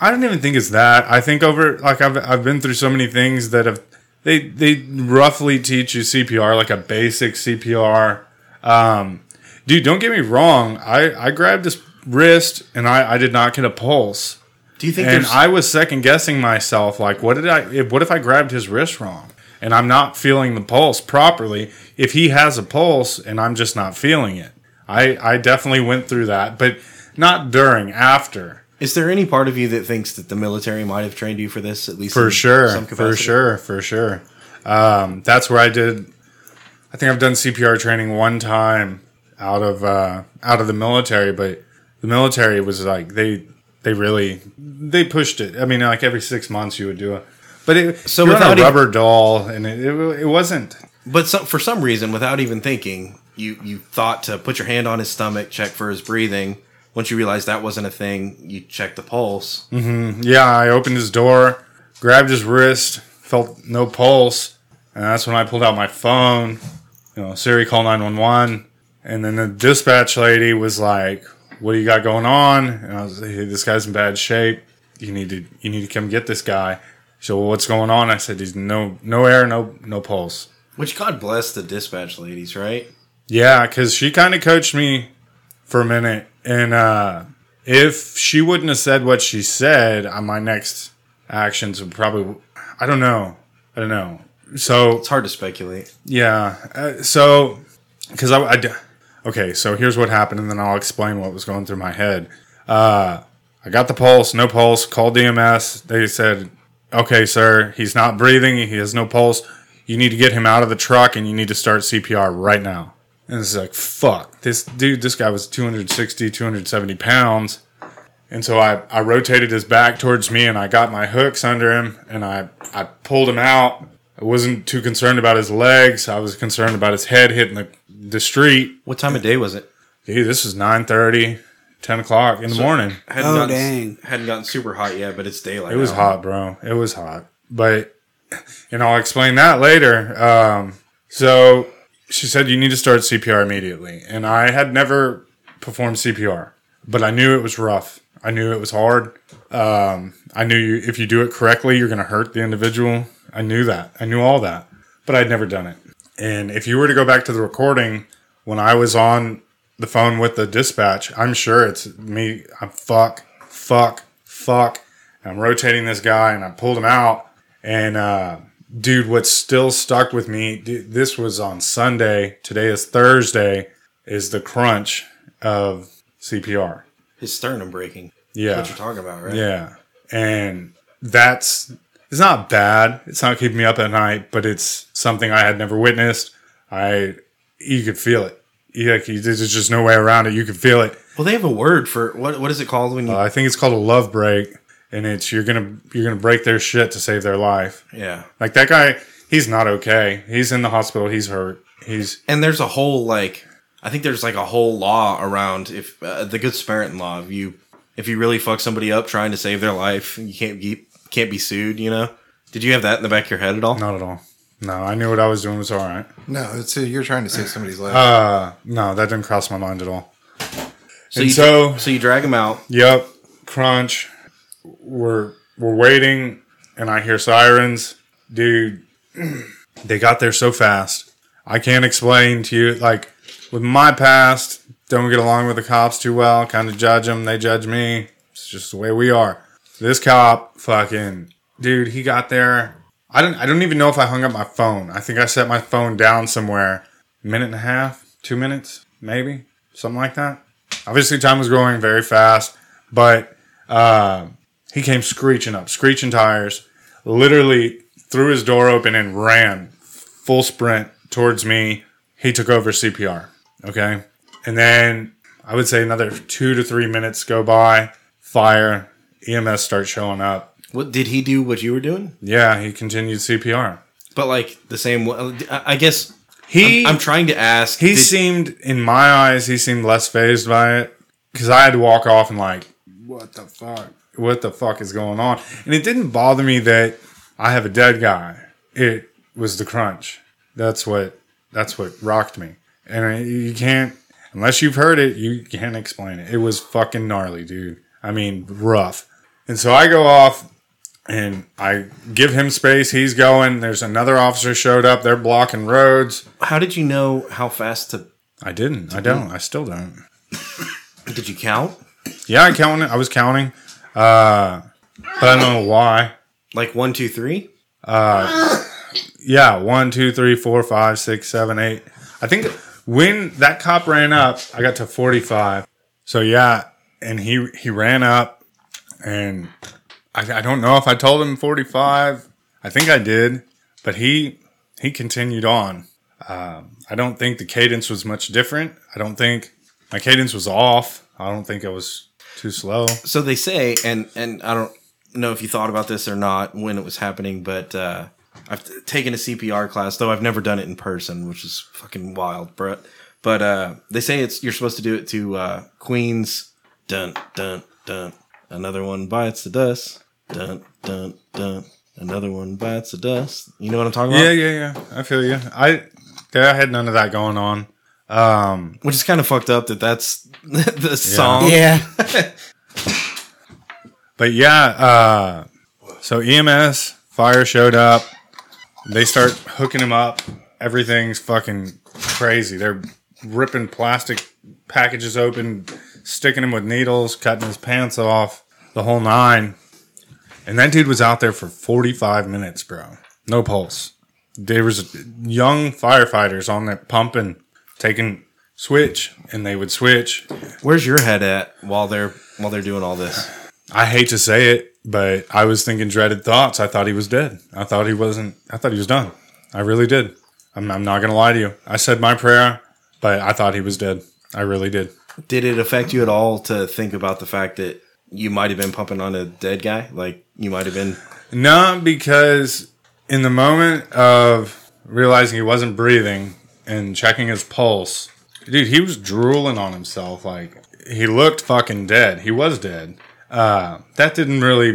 S3: I don't even think it's that. I think over like I've I've been through so many things that have they they roughly teach you CPR like a basic CPR. Um, dude, don't get me wrong. I I grabbed his wrist and I I did not get a pulse.
S2: do you think
S3: and
S2: there's.
S3: I was second guessing myself. Like, what did I? If, what if I grabbed his wrist wrong? And I'm not feeling the pulse properly. If he has a pulse and I'm just not feeling it, I I definitely went through that, but not during. After,
S2: Is there any part of you that thinks that the military might have trained you for this, at least
S3: for
S2: in
S3: sure,
S2: some
S3: for
S2: capacity?
S3: sure, for sure. Um, that's where I did. I think I've done CPR training one time out of uh, out of the military, but the military was like they they really they pushed it. I mean, like every six months you would do it, but it
S2: So
S3: so you're on
S2: without
S3: a
S2: e-
S3: rubber doll, and it, it it wasn't.
S2: But some, for some reason, without even thinking, you you thought to put your hand on his stomach, check for his breathing. Once you realized that wasn't a thing, you checked the pulse.
S3: Mm. Yeah, I opened his door, grabbed his wrist, felt no pulse, and that's when I pulled out my phone. You know, Siri call nine one one, and then the dispatch lady was like, "What do you got going on?" And I was, like, "Hey, "This guy's in bad shape. You need to you need to come get this guy." She said, "Well, what's going on?" I said, "He's no no air, no no pulse."
S2: Which God bless the dispatch ladies, right?
S3: Yeah, because she kind of coached me for a minute, and uh, if she wouldn't have said what she said, uh, my next actions would probably I don't know, I don't know. So
S2: It's hard to speculate.
S3: yeah, uh, so because I, I d- okay, so here's what happened, and then I'll explain what was going through my head. Uh, I got the pulse, no pulse. Called DMS. They said, "Okay, sir, he's not breathing. He has no pulse. You need to get him out of the truck, and you need to start CPR right now." And it's like, fuck, this dude, this guy was 260, 270 pounds. And so I, I rotated his back towards me and I got my hooks under him and I, I pulled him out. I wasn't too concerned about his legs. I was concerned about his head hitting the, the street.
S2: What time of day was it?
S3: Dude, this is 9.30, 10 o'clock in the morning.
S2: Hadn't
S4: Oh,
S2: gotten,
S4: dang.
S2: Hadn't gotten super hot yet, but it's daylight.
S3: It was
S2: now.
S3: hot, bro. It was hot. But and I'll explain that later. Um, so she said you need to start CPR immediately, and I had never performed CPR, but I knew it was rough. I knew it was hard. Um, I knew you, if you do it correctly, you're going to hurt the individual. I knew that. I knew all that, but I'd never done it. And if you were to go back to the recording when I was on the phone with the dispatch, I'm sure it's me. I'm fuck, fuck, fuck. And I'm rotating this guy and I pulled him out. And uh, dude, what's still stuck with me, d- this was on Sunday. Today is Thursday, is the crunch of CPR.
S2: His sternum breaking.
S3: Yeah.
S2: That's what you're talking about, right?
S3: Yeah. And that's it's not bad. It's not keeping me up at night, but it's something I had never witnessed. I you could feel it. You, like you, there's just no way around it. You could feel it.
S2: Well, they have a word for what? What is it called when you?
S3: Uh, I think it's called a love break, and it's you're gonna you're gonna break their shit to save their life.
S2: yeah.
S3: Like that guy, he's not okay. He's in the hospital. He's hurt. He's
S2: and there's a whole like I think there's like a whole law around if uh, the Good Samaritan law. If you if you really fuck somebody up trying to save their life, you can't be can't be sued. You know? Did you have that in the back of your head at all?
S3: not at all. No, I knew what I was doing was all right.
S1: No, it's uh, you're trying to save somebody's life.
S3: Uh, no, that didn't cross my mind at all.
S2: So
S3: And
S2: you,
S3: so-
S2: so you drag him out.
S3: Yep. Crunch. We're we're waiting, and I hear sirens. Dude, <clears throat> they got there so fast. I can't explain to you, like, with my past, don't get along with the cops too well, kind of judge them, they judge me. It's just the way we are. This cop, fucking, dude, he got there. I don't, I don't even know if I hung up my phone. I think I set my phone down somewhere, minute and a half, two minutes, maybe, something like that. Obviously, time was going very fast, but uh, he came screeching up, screeching tires, literally threw his door open and ran full sprint towards me. He took over CPR. Okay. And then I would say another two to three minutes go by, fire, EMS starts showing up.
S2: What did he do? What you were doing?
S3: Yeah, he continued CPR.
S2: But like the same. wa- I I guess
S3: He
S2: I'm trying to ask.
S3: he
S2: did-
S3: seemed in my eyes he seemed less phased by it because i had to walk off and like what the fuck what the fuck is going on and it didn't bother me that i have a dead guy it was the crunch that's what that's what rocked me and I- you can't unless you've heard it you can't explain it it was fucking gnarly dude i mean rough and so i go off and i give him space he's going there's another officer showed up they're blocking roads
S2: how did you know how fast to?
S3: I didn't. I don't. I still don't.
S2: Did you count?
S3: Yeah, I counted. I was counting, uh, but I don't know why.
S2: Like one, two, three.
S3: Yeah, one, two, three, four, five, six, seven, eight. I think when that cop ran up, I got to forty-five. So yeah, and he he ran up, and I, I don't know if I told him forty-five. I think I did, but he he continued on. Um, I don't think the cadence was much different. I don't think my cadence was off. I don't think I was too slow.
S2: So they say, and and I don't know if you thought about this or not when it was happening, but uh, I've t- taken a CPR class, though I've never done it in person, which is fucking wild, Brett. But uh, they say it's you're supposed to do it to uh, Queen's dun dun dun. Another one bites the dust. Dun dun dun. Another one bites the dust. You know what I'm talking about?
S3: Yeah, yeah, yeah. I feel you. I yeah, I had none of that going on.
S2: Which is kind of fucked up that that's <laughs> the song.
S4: Yeah.
S3: But yeah, uh so EMS, fire showed up. They start hooking him up. Everything's fucking crazy. They're ripping plastic packages open, sticking him with needles, cutting his pants off, the whole nine. And that dude was out there for 45 minutes, bro. No pulse. There was young firefighters on there pumping, taking switch, and they would switch,
S2: Where's your head at while they're while they're doing all this?
S3: I hate to say it, but I was thinking dreaded thoughts. I thought he was dead. I thought he wasn't. I thought he was done. I really did. I'm, I'm not gonna lie to you. I said my prayer, but I thought he was dead. I really did.
S2: did it affect you at all to think about the fact that you might have been pumping on a dead guy? Like you might have been.
S3: Not because in the moment of realizing he wasn't breathing and checking his pulse, dude, he was drooling on himself. Like he looked fucking dead. He was dead. Uh, that didn't really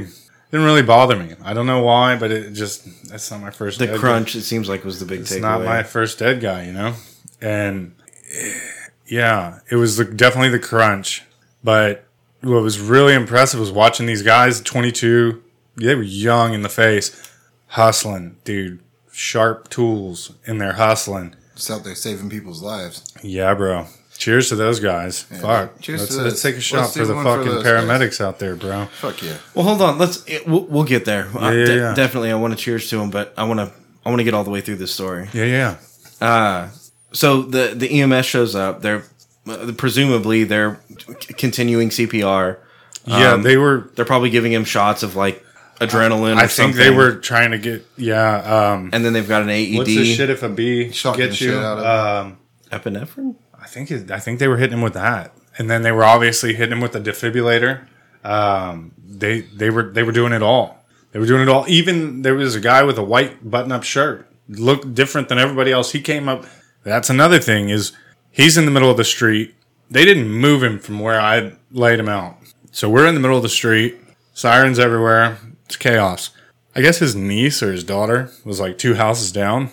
S3: didn't really bother me. I don't know why, but it just that's not my first.
S2: The
S3: dead guy.
S2: crunch, it seems like, was the big
S3: it's not
S2: takeaway.
S3: my first dead guy, you know? And eh, yeah, it was the, definitely the crunch. But what was really impressive was watching these guys, 22, they were young in the face, hustling, dude, sharp tools, and they're hustling.
S1: It's out there saving people's lives.
S3: Yeah, bro. Cheers to those guys. Fuck.
S1: Cheers
S3: let's,
S1: to
S3: let's
S1: those.
S3: take a shot
S1: Let's
S3: for
S1: do
S3: the
S1: one for
S3: fucking
S1: those guys.
S3: paramedics out there, bro.
S1: Fuck yeah.
S2: well, hold on. Let's. It, we'll, we'll get there. Uh,
S3: yeah,
S2: de-
S3: yeah.
S2: Definitely, I want to cheers to him, but I want to. I want to get all the way through this story.
S3: Yeah, yeah.
S2: So the the EMS shows up. They're uh, presumably they're c- continuing CPR.
S3: Yeah,
S2: Um,
S3: they were
S2: They're probably giving him shots of like adrenaline.
S3: I
S2: or
S3: think they
S2: something.
S3: were trying to get yeah, um
S2: and then they've got an E AED.
S3: What's the shit if a bee
S1: Shocking the
S3: gets you?
S1: shit out of
S3: um,
S2: Epinephrine.
S3: I think it, I think they were hitting him with that, and then they were obviously hitting him with the defibrillator. Um, they they were they were doing it all. They were doing it all. Even there was a guy with a white button up shirt, looked different than everybody else. He came up. That's another thing is he's in the middle of the street. They didn't move him from where I laid him out. So we're in the middle of the street. Sirens everywhere. It's chaos. I guess his niece or his daughter was like two houses down.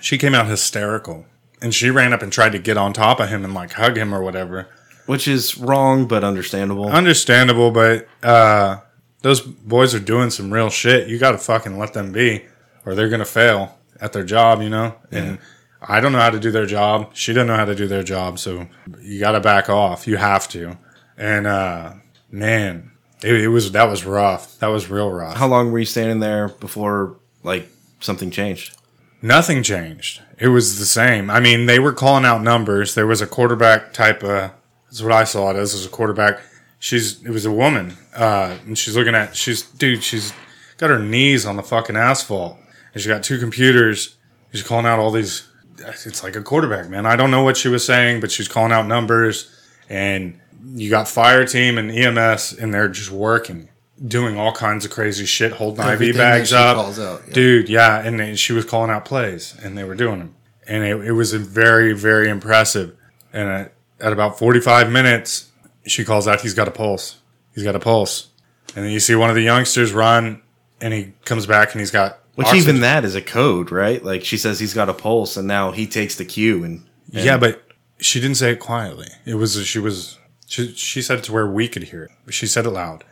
S3: She came out hysterical and she ran up and tried to get on top of him and like hug him or whatever.
S2: Which is wrong, but understandable.
S3: Understandable, but uh, those boys are doing some real shit. You got to fucking let them be, or they're gonna fail. at their job, you know? And I don't know how to do their job. She doesn't know how to do their job. So you got to back off. You have to. And, uh, man, it, it was, that was rough. That was real rough.
S2: How long were you standing there before like something changed?
S3: Nothing changed. It was the same. I mean, they were calling out numbers. There was a quarterback type of. That's what I saw it as. Was a quarterback. She's. It was a woman. Uh, and she's looking at. She's dude. She's got her knees on the fucking asphalt, and she got two computers. She's calling out all these. It's like a quarterback, man. I don't know what she was saying, but she's calling out numbers, and you got fire team and EMS, and they're just working, doing all kinds of crazy shit, holding IV
S1: Everything that
S3: bags
S1: she
S3: up,
S1: calls out, yeah.
S3: dude. Yeah, and they- she was calling out plays, and they were doing them, and it, it was a very, very impressive. And at, at about forty-five minutes, she calls out, "He's got a pulse. He's got a pulse." And then you see one of the youngsters run, and he comes back, and he's got
S2: Which
S3: oxygen.
S2: even that is a code, right? Like she says he's got a pulse, and now he takes the cue and
S3: Yeah, but she didn't say it quietly. It was she was she she said it to where we could hear it. But she said it loud,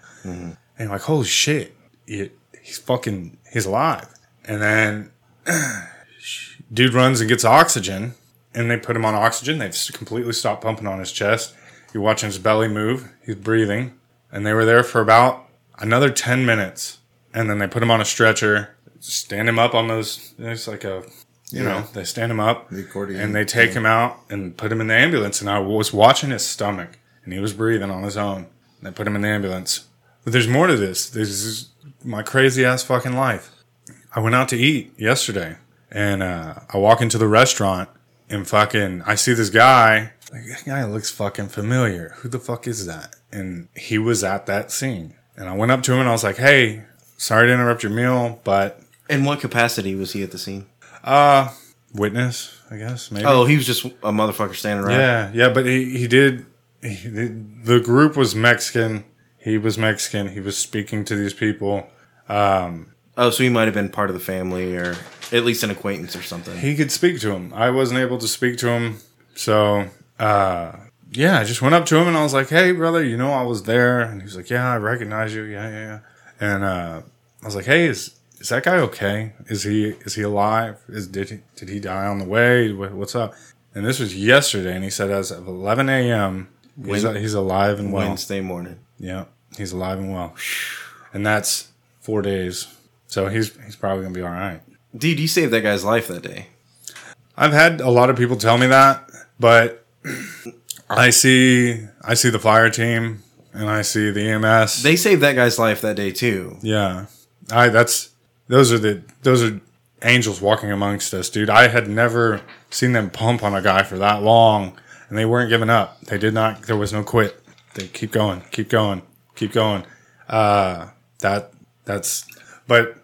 S3: and like holy shit, it, he's fucking he's alive. And then <clears throat> dude runs and gets oxygen, and they put him on oxygen. They've s- completely stopped pumping on his chest. You're watching his belly move. He's breathing, and they were there for about another ten minutes, and then they put him on a stretcher, stand him up on those. It's like a you know they stand him up
S1: The accordion.
S3: and they take him out and put him in the ambulance. And I was watching his stomach, and he was breathing on his own. And they put him in the ambulance. But there's more to this. This is my crazy ass fucking life. I went out to eat yesterday, and uh, I walk into the restaurant, and fucking, I see this guy. Like, that guy looks fucking familiar. Who the fuck is that? And he was at that scene. And I went up to him and I was like, "Hey, sorry to interrupt your meal, but
S2: in what capacity was he at the scene?
S3: witness, I guess maybe."
S2: Oh, he was just a motherfucker standing around.
S3: Yeah, yeah, but he, he did. He, did- the group was Mexican. He was Mexican. He was speaking to these people.
S2: Oh, so he might have been part of the family or at least an acquaintance or something.
S3: He could speak to him. I wasn't able to speak to him. So, uh, yeah, I just went up to him and I was like, hey, brother, you know, I was there. And he was like, yeah, I recognize you. Yeah, yeah, yeah. And, uh, I was like, hey, is, is that guy okay? Is he, is he alive? Is, did he, did he die on the way? Wha- What's up? And this was yesterday. And he said, as of 11 a.m., he's,
S2: Wed-
S3: he's alive and well.
S2: Wednesday morning.
S3: Yeah, he's alive and well, and that's four days. So he's he's probably gonna be all right.
S2: Dude, you saved that guy's life that day.
S3: I've had a lot of people tell me that, but <clears throat> I see I see the fire team and I see the E EMS.
S2: They saved that guy's life that day too.
S3: yeah, I that's those are the those are angels walking amongst us, dude. I had never seen them pump on a guy for that long, and they weren't giving up. They did not. There was no quit. They keep going, keep going, keep going. Uh, that that's but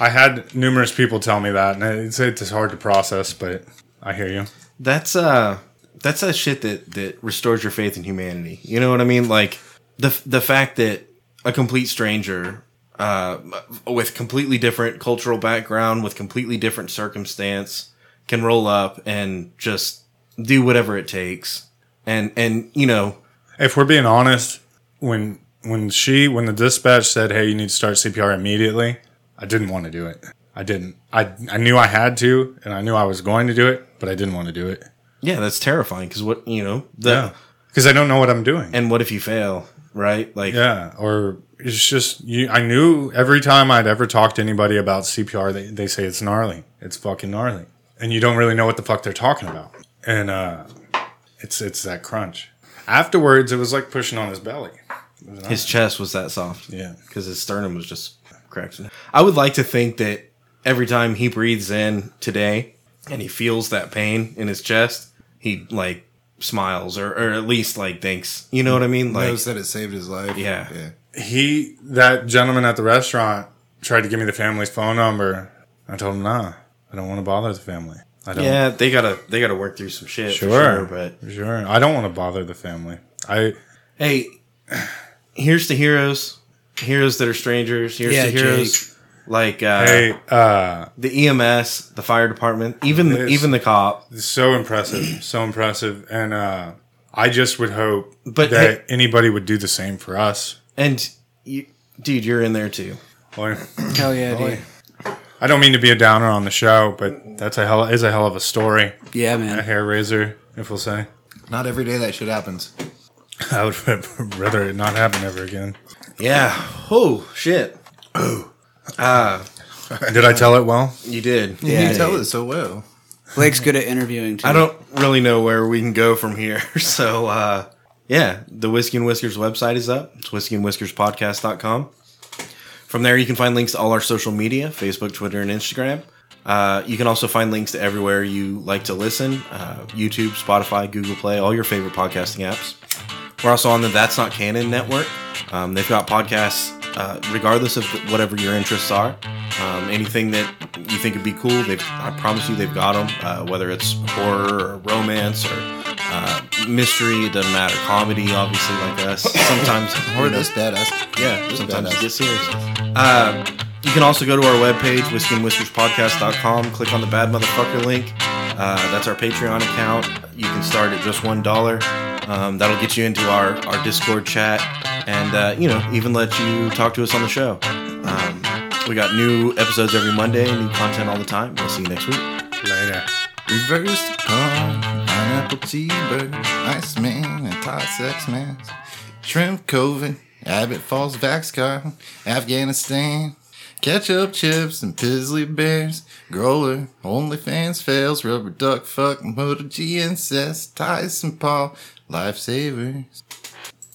S3: I had numerous people tell me that, and it's it's hard to process, but I hear you.
S2: That's uh that's that shit that that restores your faith in humanity. You know what I mean? Like the the fact that a complete stranger uh with completely different cultural background, with completely different circumstance can roll up and just do whatever it takes. And and you know,
S3: if we're being honest, when when she when the dispatch said, "Hey, you need to start CPR immediately," I didn't want to do it. I didn't. I I knew I had to, and I knew I was going to do it, but I didn't want to do it.
S2: yeah, that's terrifying cuz what, you know, the
S3: Yeah, because I don't know what I'm doing.
S2: and what if you fail, right? Like
S3: yeah, or it's just you. I knew every time I'd ever talked to anybody about CPR, they they say it's gnarly. It's fucking gnarly, and you don't really know what the fuck they're talking about. And uh, it's it's that crunch. Afterwards, it was like pushing on his belly.
S2: his chest was that soft.
S3: Yeah.
S2: because his sternum was just cracked. I would like to think that every time he breathes in today and he feels that pain in his chest, he like smiles or, or at least like thinks. You know what I mean? Like
S1: Knows that it saved his life.
S2: Yeah.
S1: yeah.
S3: he that gentleman at the restaurant tried to give me the family's phone number. I told him nah, I don't want to bother the family. I don't.
S2: yeah, they gotta they gotta work through some shit. for
S3: sure,
S2: sure but
S3: sure, I don't want to bother the family. I
S2: hey, here's to heroes, heroes that are strangers. Here's
S4: Yeah,
S2: to heroes. Like uh,
S3: hey, uh,
S2: the EMS, the fire department, even
S3: There's-
S2: even the cop.
S3: it's so impressive, <clears throat> so impressive, and uh, I just would hope
S2: But
S3: that anybody would do the same for us.
S2: And you, dude, you're in there too.
S3: Like,
S4: Hell yeah, dude.
S3: I don't mean to be a downer on the show, but that's a hell is a hell of a story.
S4: Yeah,
S3: A
S4: man.
S3: hair raiser, if we'll say. <laughs>
S1: Not every day that shit happens.
S3: I would <laughs> rather it not happen ever again.
S2: Yeah. Oh shit.
S3: Did I tell it well?
S2: You did.
S4: Yeah,
S1: you tell
S4: dude.
S1: it so well.
S4: Blake's good at interviewing too.
S2: I don't really know where we can go from here. <laughs> So uh yeah, the Whiskey and Whiskers website is up. It's whiskey and whiskers podcast.com. From there you can find links to all our social media, Facebook, Twitter, and Instagram. Uh, you can also find links to everywhere you like to listen uh, YouTube, Spotify, Google Play, all your favorite podcasting apps. We're also on the That's Not Canon network. Um, they've got podcasts, uh, regardless of whatever your interests are. Um, anything that you think would be cool, they I promise you they've got them. Uh, whether it's horror or romance or uh, mystery, it doesn't matter. Comedy, obviously, like us. Sometimes
S1: Or this badass.
S2: yeah,
S1: This
S2: sometimes it
S1: badass.
S2: gets serious. Uh, you can also go to our webpage, whiskeyandwhiskerspodcast.com, click on the bad motherfucker link. Uh, that's our Patreon account. You can start at just one dollar. Um, that'll get you into our, our Discord chat, and uh, you know even let you talk to us on the show. Um, we got new episodes every Monday, new content all the time. We'll see you next week.
S3: Later.
S1: Reversed palm, pineapple cheeseburger, Iceman and Thai sex masks, shrimp COVID, Abbott Falls Vax Car, Afghanistan, ketchup chips and pizzly bears, growler, OnlyFans fails, rubber duck fuck, motor G incest, Tyson Paul, lifesavers.